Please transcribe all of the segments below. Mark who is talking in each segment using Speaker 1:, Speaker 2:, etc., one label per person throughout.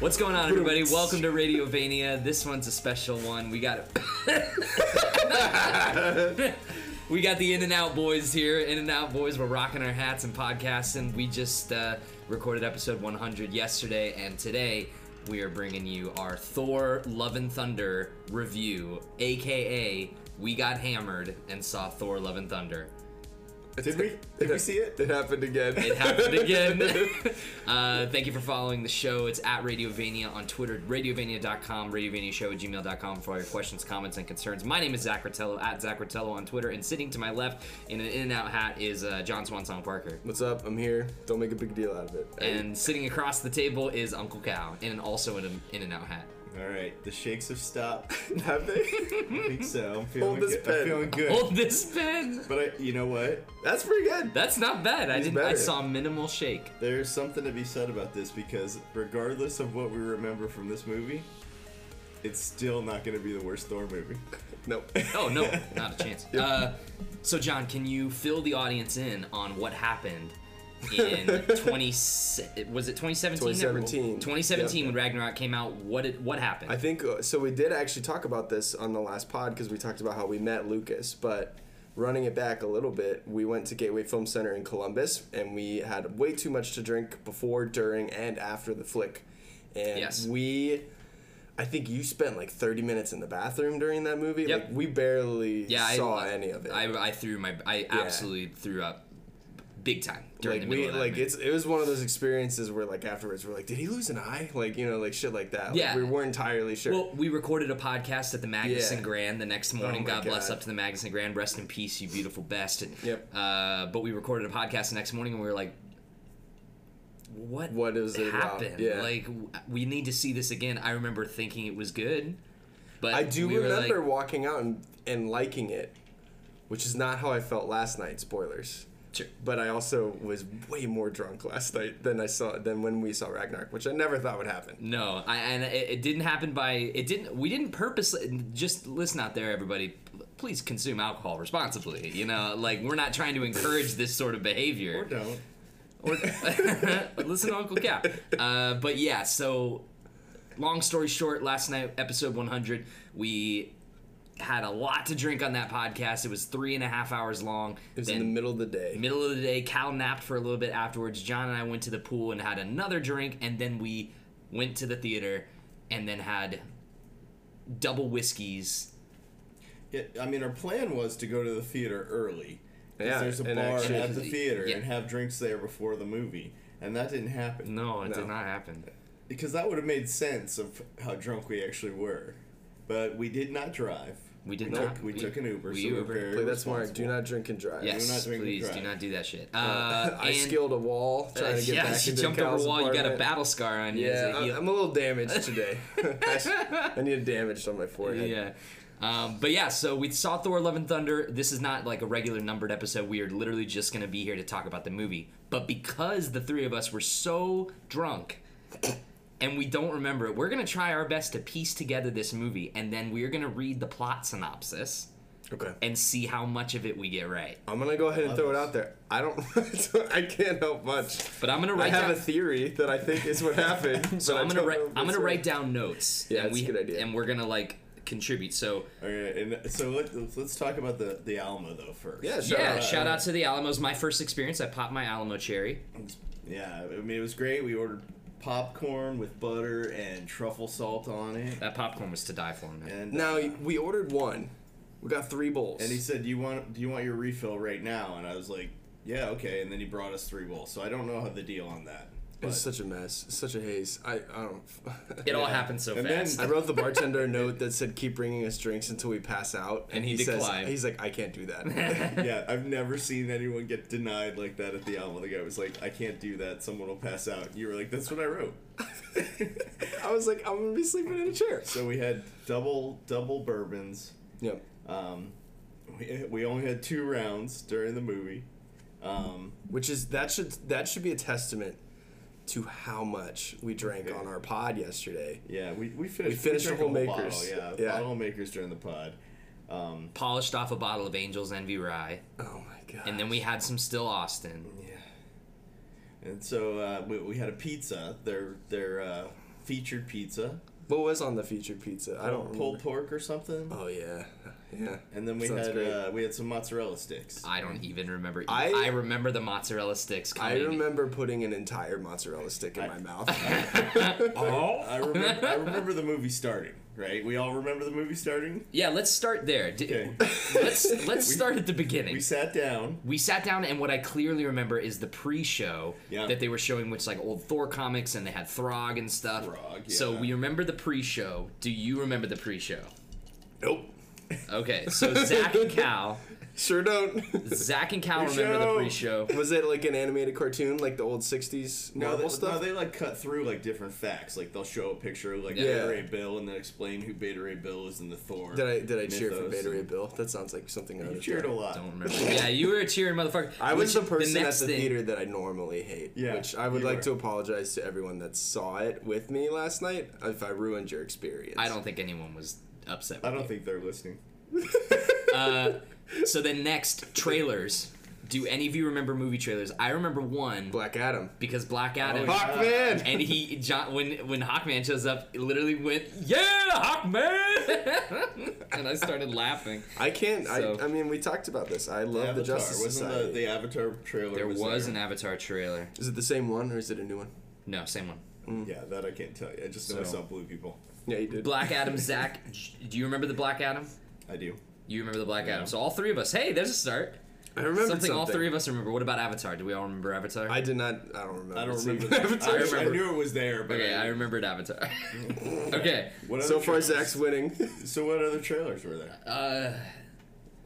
Speaker 1: What's going on, everybody? Welcome to Radiovania. This one's a special one. We got we got the In and Out Boys here. In and Out Boys. We're rocking our hats and podcasting. We just uh, recorded episode 100 yesterday, and today we are bringing you our Thor: Love and Thunder review, aka we got hammered and saw Thor: Love and Thunder.
Speaker 2: Did we? Did we see it? It happened again.
Speaker 1: It happened again. uh, thank you for following the show. It's at Radiovania on Twitter, radiovania.com, radiovaniashow at gmail.com for all your questions, comments, and concerns. My name is Zach Rotello, at Zach Rotello on Twitter, and sitting to my left in an in and out hat is uh, John Swansong Parker.
Speaker 2: What's up? I'm here. Don't make a big deal out of it.
Speaker 1: And sitting across the table is Uncle Cow, and also in an in and out hat.
Speaker 3: All right, the shakes have stopped.
Speaker 2: have they?
Speaker 3: I think so. I'm feeling
Speaker 2: Hold this
Speaker 3: good. I'm
Speaker 2: pen.
Speaker 3: feeling good.
Speaker 1: Hold this pen!
Speaker 3: But I, you know what?
Speaker 2: That's pretty good.
Speaker 1: That's not bad. I
Speaker 2: He's
Speaker 1: didn't. I
Speaker 2: better.
Speaker 1: saw minimal shake.
Speaker 3: There's something to be said about this because regardless of what we remember from this movie, it's still not going to be the worst Thor movie.
Speaker 2: No.
Speaker 1: Oh no, not a chance. Uh, so John, can you fill the audience in on what happened in 20? Was it 2017?
Speaker 2: 2017.
Speaker 1: 2017
Speaker 2: Yep.
Speaker 1: when Ragnarok came out. What did, what happened?
Speaker 2: I think uh, so. We did actually talk about this on the last pod because we talked about how we met Lucas, but. Running it back a little bit, we went to Gateway Film Center in Columbus and we had way too much to drink before, during, and after the flick. And
Speaker 1: Yes.
Speaker 2: we, I think you spent like 30 minutes in the bathroom during that movie.
Speaker 1: Yep.
Speaker 2: Like, we barely
Speaker 1: yeah,
Speaker 2: saw
Speaker 1: I,
Speaker 2: any of it.
Speaker 1: I, I threw my. I absolutely threw up, big time during the
Speaker 2: like
Speaker 1: middle
Speaker 2: we
Speaker 1: of that
Speaker 2: like
Speaker 1: movie.
Speaker 2: it's it was one of those experiences where like afterwards we're like did he lose an eye like you know like shit like that
Speaker 1: Yeah.
Speaker 2: like, we weren't entirely sure
Speaker 1: Well, we recorded a podcast at the Magnuson
Speaker 2: Yeah. Oh
Speaker 1: Grand the next morning.
Speaker 2: my
Speaker 1: God, bless
Speaker 2: God.
Speaker 1: up to the Magnuson Grand. Rest in peace, you beautiful best.
Speaker 2: Yep.
Speaker 1: Uh, but we recorded a podcast the next morning, and we were like, "What?
Speaker 2: What is it about?
Speaker 1: happened?
Speaker 2: Yeah.
Speaker 1: Like, w- we need to see this again." I remember thinking it was good, but
Speaker 2: I do
Speaker 1: we were
Speaker 2: remember
Speaker 1: like-
Speaker 2: walking out and, and liking it which is not how I felt last night spoilers
Speaker 1: Sure.
Speaker 2: but I also was way more drunk last night than I saw than when we saw Ragnarok which I never thought would happen
Speaker 1: No, I, and it, it didn't happen by it didn't. We didn't purposely. Just listen out there, everybody. P- Please consume alcohol responsibly. You know, like we're not trying to encourage this sort of behavior.
Speaker 3: Or don't.
Speaker 1: Or, listen to Uncle Cap. Uh, but yeah, so long story short, last night, episode 100, we had a lot to drink on that podcast. It was three and a half hours long.
Speaker 2: it was
Speaker 1: Then
Speaker 2: in the middle of the day
Speaker 1: middle of the day, Cal napped for a little bit afterwards. John and I went to the pool and had another drink, and then we went to the theater and then had double whiskeys.
Speaker 3: Yeah, I mean, our plan was to go to the theater early. 'cause
Speaker 2: Yeah,
Speaker 3: there's a
Speaker 2: and
Speaker 3: bar
Speaker 2: actually-
Speaker 3: at the theater
Speaker 1: Yeah.
Speaker 3: and have drinks there before the movie, and that didn't happen.
Speaker 1: No, it
Speaker 2: No.
Speaker 1: did not happen.
Speaker 3: because that would have made sense of how drunk we actually were. But we did not drive.
Speaker 1: We did
Speaker 3: we
Speaker 1: not.
Speaker 3: Took, we, took an Uber.
Speaker 1: We
Speaker 3: so we're
Speaker 1: Ubered.
Speaker 3: very
Speaker 2: play that smart do
Speaker 3: responsible.
Speaker 2: not drink and drive
Speaker 1: Yes,
Speaker 3: not drinking
Speaker 1: please
Speaker 3: drive.
Speaker 1: do not do that shit. Uh, and-
Speaker 2: I
Speaker 1: uh,
Speaker 2: scaled a wall trying to get
Speaker 1: yeah,
Speaker 2: back
Speaker 1: she
Speaker 2: into
Speaker 1: jumped
Speaker 2: Cal's
Speaker 1: over a wall. You got a
Speaker 2: apartment.
Speaker 1: battle scar on you.
Speaker 2: Yeah,
Speaker 1: It's a
Speaker 2: I-
Speaker 1: heel-
Speaker 2: I'm a little damaged today. I s- I need a damaged on my forehead.
Speaker 1: yeah. Um, but yeah, so we saw Thor: Love and Thunder. This is not like a regular numbered episode. We are literally just going to be here to talk about the movie. But because the three of us were so drunk and we don't remember it, we're going to try our best to piece together this movie, and then we're going to read the plot synopsis
Speaker 2: Okay.
Speaker 1: and see how much of it we get right.
Speaker 2: I'm gonna go ahead and
Speaker 3: Love
Speaker 2: throw it
Speaker 3: this.
Speaker 2: out there. I don't. I can't help much.
Speaker 1: But I'm going to
Speaker 2: I
Speaker 1: write.
Speaker 2: have
Speaker 1: down-
Speaker 2: a theory that I think is what happened.
Speaker 1: so
Speaker 2: but I
Speaker 1: I'm gonna
Speaker 2: don't
Speaker 1: write.
Speaker 2: know if
Speaker 1: I'm
Speaker 2: it's
Speaker 1: gonna
Speaker 2: right.
Speaker 1: write down notes.
Speaker 2: Yeah,
Speaker 1: and
Speaker 2: that's a
Speaker 1: we,
Speaker 2: good idea.
Speaker 1: And we're gonna like contribute. So
Speaker 3: Okay, and so let, let's talk about the the Alma though first.
Speaker 2: Yeah, sure.
Speaker 1: yeah,
Speaker 2: out.
Speaker 1: shout out to the Alamos. My first experience. I popped my Alamo cherry.
Speaker 3: yeah. I mean, it was great. We ordered popcorn with butter and truffle salt on it,
Speaker 1: That popcorn was to die for, man.
Speaker 3: and
Speaker 2: Now
Speaker 3: uh,
Speaker 2: we ordered one. We got three bowls.
Speaker 3: and he said, "Do you want do you want your refill right now?" And I was like, "Yeah, okay." And then he brought us three bowls. So I don't know how the deal on that.
Speaker 2: it's
Speaker 3: but-
Speaker 2: such a mess. It's such a haze. I, I don't.
Speaker 1: It all
Speaker 3: Yeah.
Speaker 1: happened so
Speaker 3: And then-
Speaker 1: fast.
Speaker 2: I wrote the bartender a note that said, "Keep bringing us drinks until we pass out." And,
Speaker 1: And
Speaker 2: he,
Speaker 1: he
Speaker 2: says,
Speaker 1: declined.
Speaker 2: "He's like, I can't do that."
Speaker 3: yeah, I've never seen anyone get denied like that at the Alma. The guy was like, "I can't do that. Someone will pass out." You were like, "That's what I wrote."
Speaker 2: I was like, "I'm gonna be sleeping in a chair."
Speaker 3: so we had double double bourbons.
Speaker 2: Yep.
Speaker 3: Um, we, we only had two rounds during the movie. Um,
Speaker 2: which is that should that should be a testament to how much we drank on our pod yesterday.
Speaker 3: yeah, we, we finished.
Speaker 2: We finished
Speaker 3: drank
Speaker 2: the whole
Speaker 3: bottle,
Speaker 2: Makers.
Speaker 3: yeah,
Speaker 2: Yeah.
Speaker 3: bottle makers during the pod. Um,
Speaker 1: Polished off a bottle of Angel's Envy Rye,
Speaker 2: Oh my god!
Speaker 1: and then we had some Still Austin.
Speaker 3: and so uh, we, we had a pizza. Their their uh, featured pizza,
Speaker 2: What was on the featured pizza? I don't
Speaker 3: pulled
Speaker 2: remember.
Speaker 3: pork or something,
Speaker 2: Oh yeah, yeah.
Speaker 3: and then we
Speaker 2: Sounds
Speaker 3: had
Speaker 2: great.
Speaker 3: uh, we had some mozzarella sticks.
Speaker 1: I don't even remember. I,
Speaker 2: I-
Speaker 1: I remember the mozzarella sticks
Speaker 2: I
Speaker 1: coming.
Speaker 2: remember putting an entire mozzarella stick in
Speaker 3: I- Oh?
Speaker 2: my mouth.
Speaker 3: I remember, I remember the movie starting. Right, we all remember the movie starting.
Speaker 1: Yeah, let's start there. D-
Speaker 3: Okay.
Speaker 1: Let's let's start at the beginning.
Speaker 3: We sat down.
Speaker 1: we sat down and what I clearly remember is the pre-show
Speaker 3: Yeah.
Speaker 1: that they were showing, which like old Thor comics, and they had Throg and stuff.
Speaker 3: Throg,
Speaker 1: So
Speaker 3: yeah.
Speaker 1: we remember the pre-show. Do you remember the pre-show?
Speaker 2: nope,
Speaker 1: Okay, so Zach and Cal,
Speaker 2: sure don't.
Speaker 1: Zach and Cal remember the
Speaker 3: Pre-show.
Speaker 1: pre-show.
Speaker 2: was it like an animated cartoon, like the old '60s
Speaker 3: No,
Speaker 2: Marvel
Speaker 3: they,
Speaker 2: stuff?
Speaker 3: no, they like cut through like different facts. Like they'll show a picture of like
Speaker 2: Yeah.
Speaker 3: Beta Ray Bill and then explain who Beta Ray Bill is in the Thor.
Speaker 2: did I did I cheer for
Speaker 3: mythos
Speaker 2: Beta
Speaker 3: and-
Speaker 2: Ray Bill? That sounds like something I would
Speaker 3: You
Speaker 2: have
Speaker 3: cheered
Speaker 2: done.
Speaker 3: a lot.
Speaker 1: Don't remember. Yeah, you were a cheering motherfucker.
Speaker 2: I was
Speaker 1: Which
Speaker 2: the person at
Speaker 1: next
Speaker 2: the
Speaker 1: thing-
Speaker 2: theater that I normally hate.
Speaker 3: Yeah,
Speaker 2: Which I would
Speaker 3: you
Speaker 2: like
Speaker 3: were.
Speaker 2: to apologize to everyone that saw it with me last night if I ruined your experience.
Speaker 1: I don't think anyone was upset. With
Speaker 3: I don't think they're listening.
Speaker 1: think. So then next trailers. Do any of you remember movie trailers? I remember one
Speaker 2: Black Adam.
Speaker 1: because Black Adam.
Speaker 3: yeah.
Speaker 2: Oh, Hawkman!
Speaker 1: Oh, and he John when when Hawkman shows up, it literally went, "Yeah, Hawkman!" and I started laughing.
Speaker 2: I can't.
Speaker 1: So-
Speaker 2: I, I mean, we talkked about this. I love the Justice
Speaker 3: wasn't
Speaker 2: Society.
Speaker 3: The, the Avatar trailer?
Speaker 1: There was
Speaker 3: there.
Speaker 1: an Avatar trailer.
Speaker 2: Is it the same one or is it a new one?
Speaker 1: No, same one.
Speaker 3: Yeah, that I can't tell you. I just know I
Speaker 1: So-
Speaker 3: saw blue people.
Speaker 2: Yeah, you did.
Speaker 1: Black Adam. Zach, do you remember the Black Adam?
Speaker 3: I do.
Speaker 1: You remember the Black Adam? So all three of us. Hey, there's a start.
Speaker 2: I remember
Speaker 1: Something,
Speaker 2: something.
Speaker 1: all three of us remember. What about Avatar? Do we all remember Avatar?
Speaker 2: I did not. I don't remember.
Speaker 3: I don't
Speaker 2: seeing
Speaker 3: remember. that.
Speaker 2: Avatar.
Speaker 3: I, I
Speaker 1: remember.
Speaker 3: knew it was there, but
Speaker 1: okay, I
Speaker 3: I,
Speaker 1: remembered Avatar. okay.
Speaker 3: What other
Speaker 2: So far,
Speaker 3: trailers-
Speaker 2: Zach's winning.
Speaker 3: So what other trailers were there?
Speaker 1: Uh,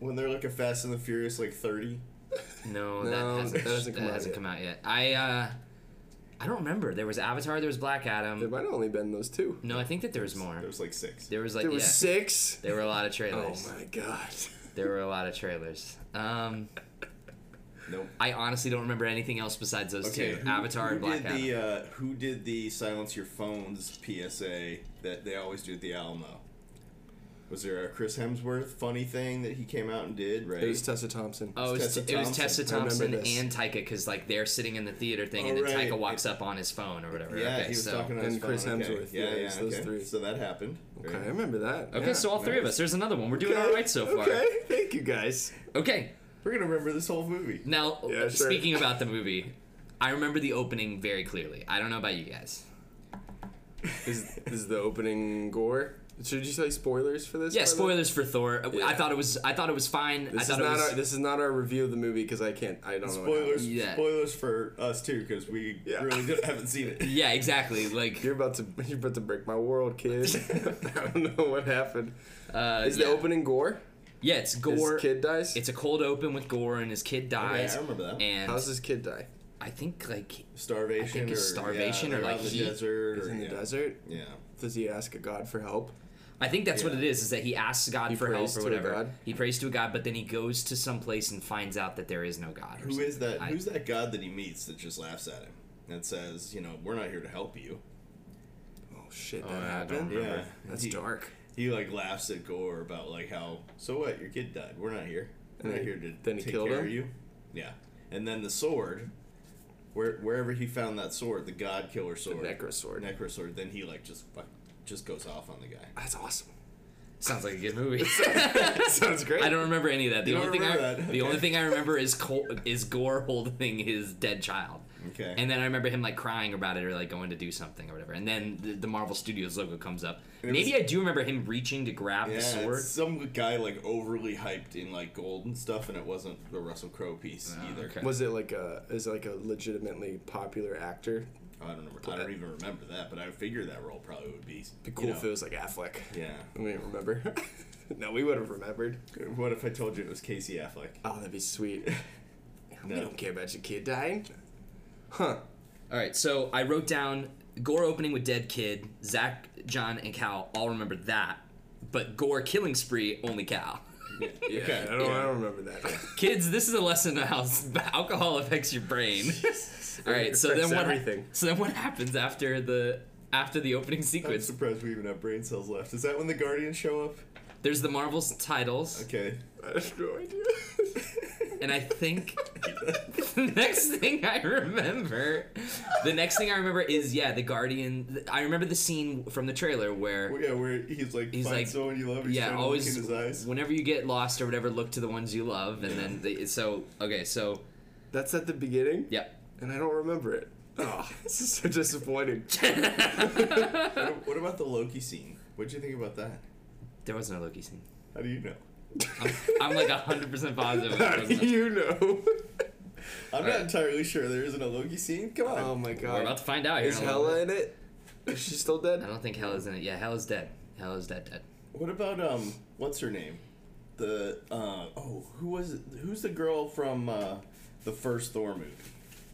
Speaker 3: When they're like a Fast and the Furious, like thirty.
Speaker 1: no,
Speaker 2: No,
Speaker 1: that hasn't,
Speaker 2: that hasn't
Speaker 1: that
Speaker 2: come out
Speaker 1: hasn't
Speaker 2: yet.
Speaker 1: come out yet. I uh, I don't remember. There was Avatar. There was Black
Speaker 2: there
Speaker 1: Adam.
Speaker 2: might have only been those two.
Speaker 1: No, I think that there was more.
Speaker 3: There was like six.
Speaker 1: There was like
Speaker 2: There were
Speaker 1: yeah.
Speaker 2: six.
Speaker 1: There were a lot of
Speaker 2: Oh
Speaker 1: trailers.
Speaker 2: my god.
Speaker 1: There were a lot of trailers. Um,
Speaker 3: Nope.
Speaker 1: I honestly don't remember anything else besides those two:
Speaker 3: who-
Speaker 1: Avatar
Speaker 3: who
Speaker 1: and Black
Speaker 3: did
Speaker 1: Adam.
Speaker 3: The, uh, who did the silence your phones PSA that they always do at the Alamo? Was there a Chris Hemsworth funny thing that he came out and did? Right.
Speaker 2: It was Tessa Thompson.
Speaker 1: Oh, it was,
Speaker 3: Tessa
Speaker 1: it was
Speaker 3: Thompson.
Speaker 1: Tessa
Speaker 2: I remember
Speaker 1: Thompson
Speaker 2: this.
Speaker 1: and Taika because like they're sitting in the theater thing,
Speaker 3: Oh,
Speaker 1: and then
Speaker 3: right.
Speaker 1: Taika walks up on his phone or whatever.
Speaker 3: yeah,
Speaker 1: okay,
Speaker 3: he was
Speaker 1: so.
Speaker 3: talking on his
Speaker 2: And Chris
Speaker 3: phone,
Speaker 2: Hemsworth,
Speaker 3: Okay. Yeah,
Speaker 2: yeah,
Speaker 3: yeah,
Speaker 2: it's those
Speaker 3: okay.
Speaker 2: three.
Speaker 3: So that happened.
Speaker 2: Okay, I
Speaker 3: Right.
Speaker 2: remember that.
Speaker 1: okay,
Speaker 2: yeah.
Speaker 1: so all three of
Speaker 3: nice.
Speaker 1: us. There's another one. We're doing all right so far.
Speaker 2: Okay, thank you guys.
Speaker 1: Okay.
Speaker 3: We're gonna remember this whole movie.
Speaker 1: Now,
Speaker 2: Yeah, sure.
Speaker 1: speaking about the movie, I remember the opening very clearly. I don't know about you guys.
Speaker 2: Is is the opening gore? Should you say spoilers for this?
Speaker 1: Yeah,
Speaker 2: by the way?
Speaker 1: spoilers for Thor. I- I
Speaker 2: Yeah.
Speaker 1: thought it was. I thought it was fine. I
Speaker 2: This is
Speaker 1: thought it
Speaker 2: not
Speaker 1: was.
Speaker 2: our, this is not our review of the movie because I can't. I don't know. what happened.
Speaker 3: Spoilers.
Speaker 1: Yeah.
Speaker 3: Spoilers for us too, because we
Speaker 2: Yeah.
Speaker 3: really don't- haven't seen it.
Speaker 1: yeah, exactly. Like
Speaker 2: You're about to you're about to break my world, kid. I don't know what happened.
Speaker 1: uh,
Speaker 2: Is
Speaker 1: yeah.
Speaker 2: the opening gore?
Speaker 1: Yeah, it's gore.
Speaker 2: His kid dies.
Speaker 1: It's a cold open with Gore and his kid dies.
Speaker 3: I remember that.
Speaker 1: And
Speaker 2: How's his kid die?
Speaker 1: I think like
Speaker 3: Starvation.
Speaker 1: I think it's
Speaker 3: or,
Speaker 1: starvation
Speaker 3: yeah,
Speaker 1: or,
Speaker 3: they're
Speaker 1: like,
Speaker 3: out in the
Speaker 1: heat.
Speaker 3: desert.
Speaker 2: He's
Speaker 3: or,
Speaker 2: in the
Speaker 3: yeah.
Speaker 2: desert.
Speaker 3: Yeah.
Speaker 2: Does he ask a god for help?
Speaker 1: I think that's what
Speaker 3: Yeah.
Speaker 1: it is. Is that he asks God for help
Speaker 2: prays
Speaker 1: or
Speaker 2: to a
Speaker 1: whatever.
Speaker 2: god.
Speaker 1: He prays to a god, but then he goes to some place and finds out that there is no god. or
Speaker 3: Who
Speaker 1: something.
Speaker 3: is that?
Speaker 1: I-
Speaker 3: who's that god that he meets that just laughs at him and says, you know, we're not here to help you.
Speaker 2: Oh shit, that
Speaker 1: yeah, I don't
Speaker 2: happened.
Speaker 1: remember.
Speaker 3: Yeah.
Speaker 2: That's
Speaker 3: he,
Speaker 2: dark.
Speaker 3: He like laughs at Gore about like how so what your kid died. We're not here.
Speaker 2: And
Speaker 3: We're not
Speaker 2: he-
Speaker 3: here to
Speaker 2: then he
Speaker 3: take
Speaker 2: killed
Speaker 3: care
Speaker 2: him?
Speaker 3: of you. Yeah. And then the sword. Where, wherever he found that sword, the God Killer sword,
Speaker 2: Necrosword.
Speaker 3: Necro sword. Then he like just fuck, just goes off on the guy.
Speaker 2: That's awesome.
Speaker 1: Sounds like a good movie.
Speaker 2: Sounds great.
Speaker 1: I don't remember any of that. The
Speaker 3: You don't
Speaker 1: only thing I
Speaker 3: remember that.
Speaker 1: the only
Speaker 3: Okay.
Speaker 1: thing I remember is Col- is Gore holding his dead child.
Speaker 3: Okay.
Speaker 1: And then I remember him like crying about it or like going to do something or whatever. And then the, the Marvel Studios logo comes up.
Speaker 3: And it
Speaker 1: Maybe
Speaker 3: was-
Speaker 1: I do remember him reaching to grab
Speaker 3: yeah,
Speaker 1: the
Speaker 3: it's
Speaker 1: sword.
Speaker 3: some guy like overly hyped in like gold and stuff, and it wasn't the Russell Crowe piece either.
Speaker 1: okay.
Speaker 2: Was it like a is it like a legitimately popular actor?
Speaker 3: I don't remember. I don't even remember that, but I figure that role probably would be
Speaker 2: Be cool
Speaker 3: you know,
Speaker 2: if it was like Affleck.
Speaker 3: Yeah.
Speaker 2: We didn't remember. no, we would have remembered.
Speaker 3: What if I told you it was Casey Affleck?
Speaker 2: Oh, that'd be sweet. We
Speaker 3: No.
Speaker 2: don't care about your kid dying. Huh.
Speaker 1: All right, so I wrote down Gore opening with Dead Kid. Zach, John, and Cal all remember that, but Gore killing spree only Cal.
Speaker 2: Yeah,
Speaker 3: Okay,
Speaker 2: I, don't, I
Speaker 3: yeah.
Speaker 2: don't remember that.
Speaker 1: Kids, this is a lesson on how s- alcohol affects your brain. all right, so then
Speaker 2: affects
Speaker 1: what?
Speaker 2: everything.
Speaker 1: So then what happens after the after the opening
Speaker 3: I'm
Speaker 1: sequence?
Speaker 3: surprised we even have brain cells left. Is that when the Guardians show up?
Speaker 1: There's the Marvel's titles.
Speaker 3: Okay.
Speaker 2: I have no idea.
Speaker 1: and I think the next thing I remember, the next thing I remember is yeah, the Guardian. I remember the scene from the trailer where
Speaker 3: Well, yeah, where he's like,
Speaker 1: He's
Speaker 3: he's find
Speaker 1: like-
Speaker 3: someone you love. He's
Speaker 1: yeah,
Speaker 3: trying to
Speaker 1: always
Speaker 3: look in his eyes.
Speaker 1: whenever you get lost or whatever, look to the ones you love, and then they, so okay, so
Speaker 2: That's at the beginning,
Speaker 1: yeah.
Speaker 2: and I don't remember it. Oh, this is so disappointing.
Speaker 3: What, what about the Loki scene? What'd you think about that?
Speaker 1: there was no Loki scene.
Speaker 3: How do you know?
Speaker 1: I'm, I'm like 100% positive. it
Speaker 2: How do
Speaker 1: wasn't.
Speaker 2: you know?
Speaker 3: I'm
Speaker 1: Alright.
Speaker 3: not entirely sure there isn't a Loki scene. Come on.
Speaker 2: Oh my
Speaker 1: We're about
Speaker 2: god.
Speaker 1: to find out here.
Speaker 2: Is
Speaker 1: in a little
Speaker 2: Hella
Speaker 1: bit.
Speaker 2: in it? Is she still dead?
Speaker 1: I don't think Hella's in it. Yeah, Hella's dead. Hella's dead, dead.
Speaker 3: What about um? What's her name? The uh oh, who was it? Who's the girl from uh, the first Thor movie?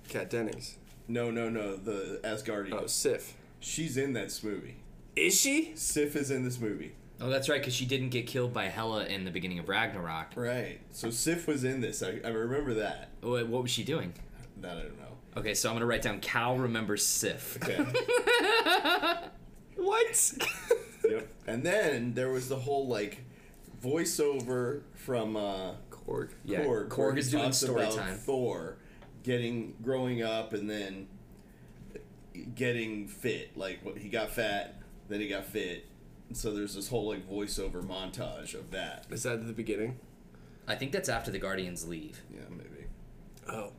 Speaker 2: Kat Dennings.
Speaker 3: No, no, no. The Asgardian.
Speaker 2: Oh, Sif.
Speaker 3: She's in this movie.
Speaker 2: Is she?
Speaker 3: Sif is in this movie.
Speaker 1: Oh, that's right, because she didn't get killed by Hella in the beginning of Ragnarok.
Speaker 3: Right. So Sif was in this. I, I remember that.
Speaker 1: Wha- What was she doing?
Speaker 3: That I don't know.
Speaker 1: Okay, so I'm gonna write down Cal remembers Sif.
Speaker 3: Okay.
Speaker 2: What?
Speaker 3: yep. And then there was the whole like voiceover from uh,
Speaker 2: Korg.
Speaker 1: Yeah,
Speaker 3: Korg.
Speaker 1: Korg
Speaker 3: where
Speaker 1: is
Speaker 3: he
Speaker 1: doing
Speaker 3: talks
Speaker 1: story
Speaker 3: about
Speaker 1: time.
Speaker 3: Thor getting growing up and then getting fit. Like what he got fat, then he got fit. And so there's this whole like voiceover montage of that.
Speaker 2: Is that at the beginning?
Speaker 1: I think that's after the Guardians leave.
Speaker 3: Yeah, maybe.
Speaker 2: Oh.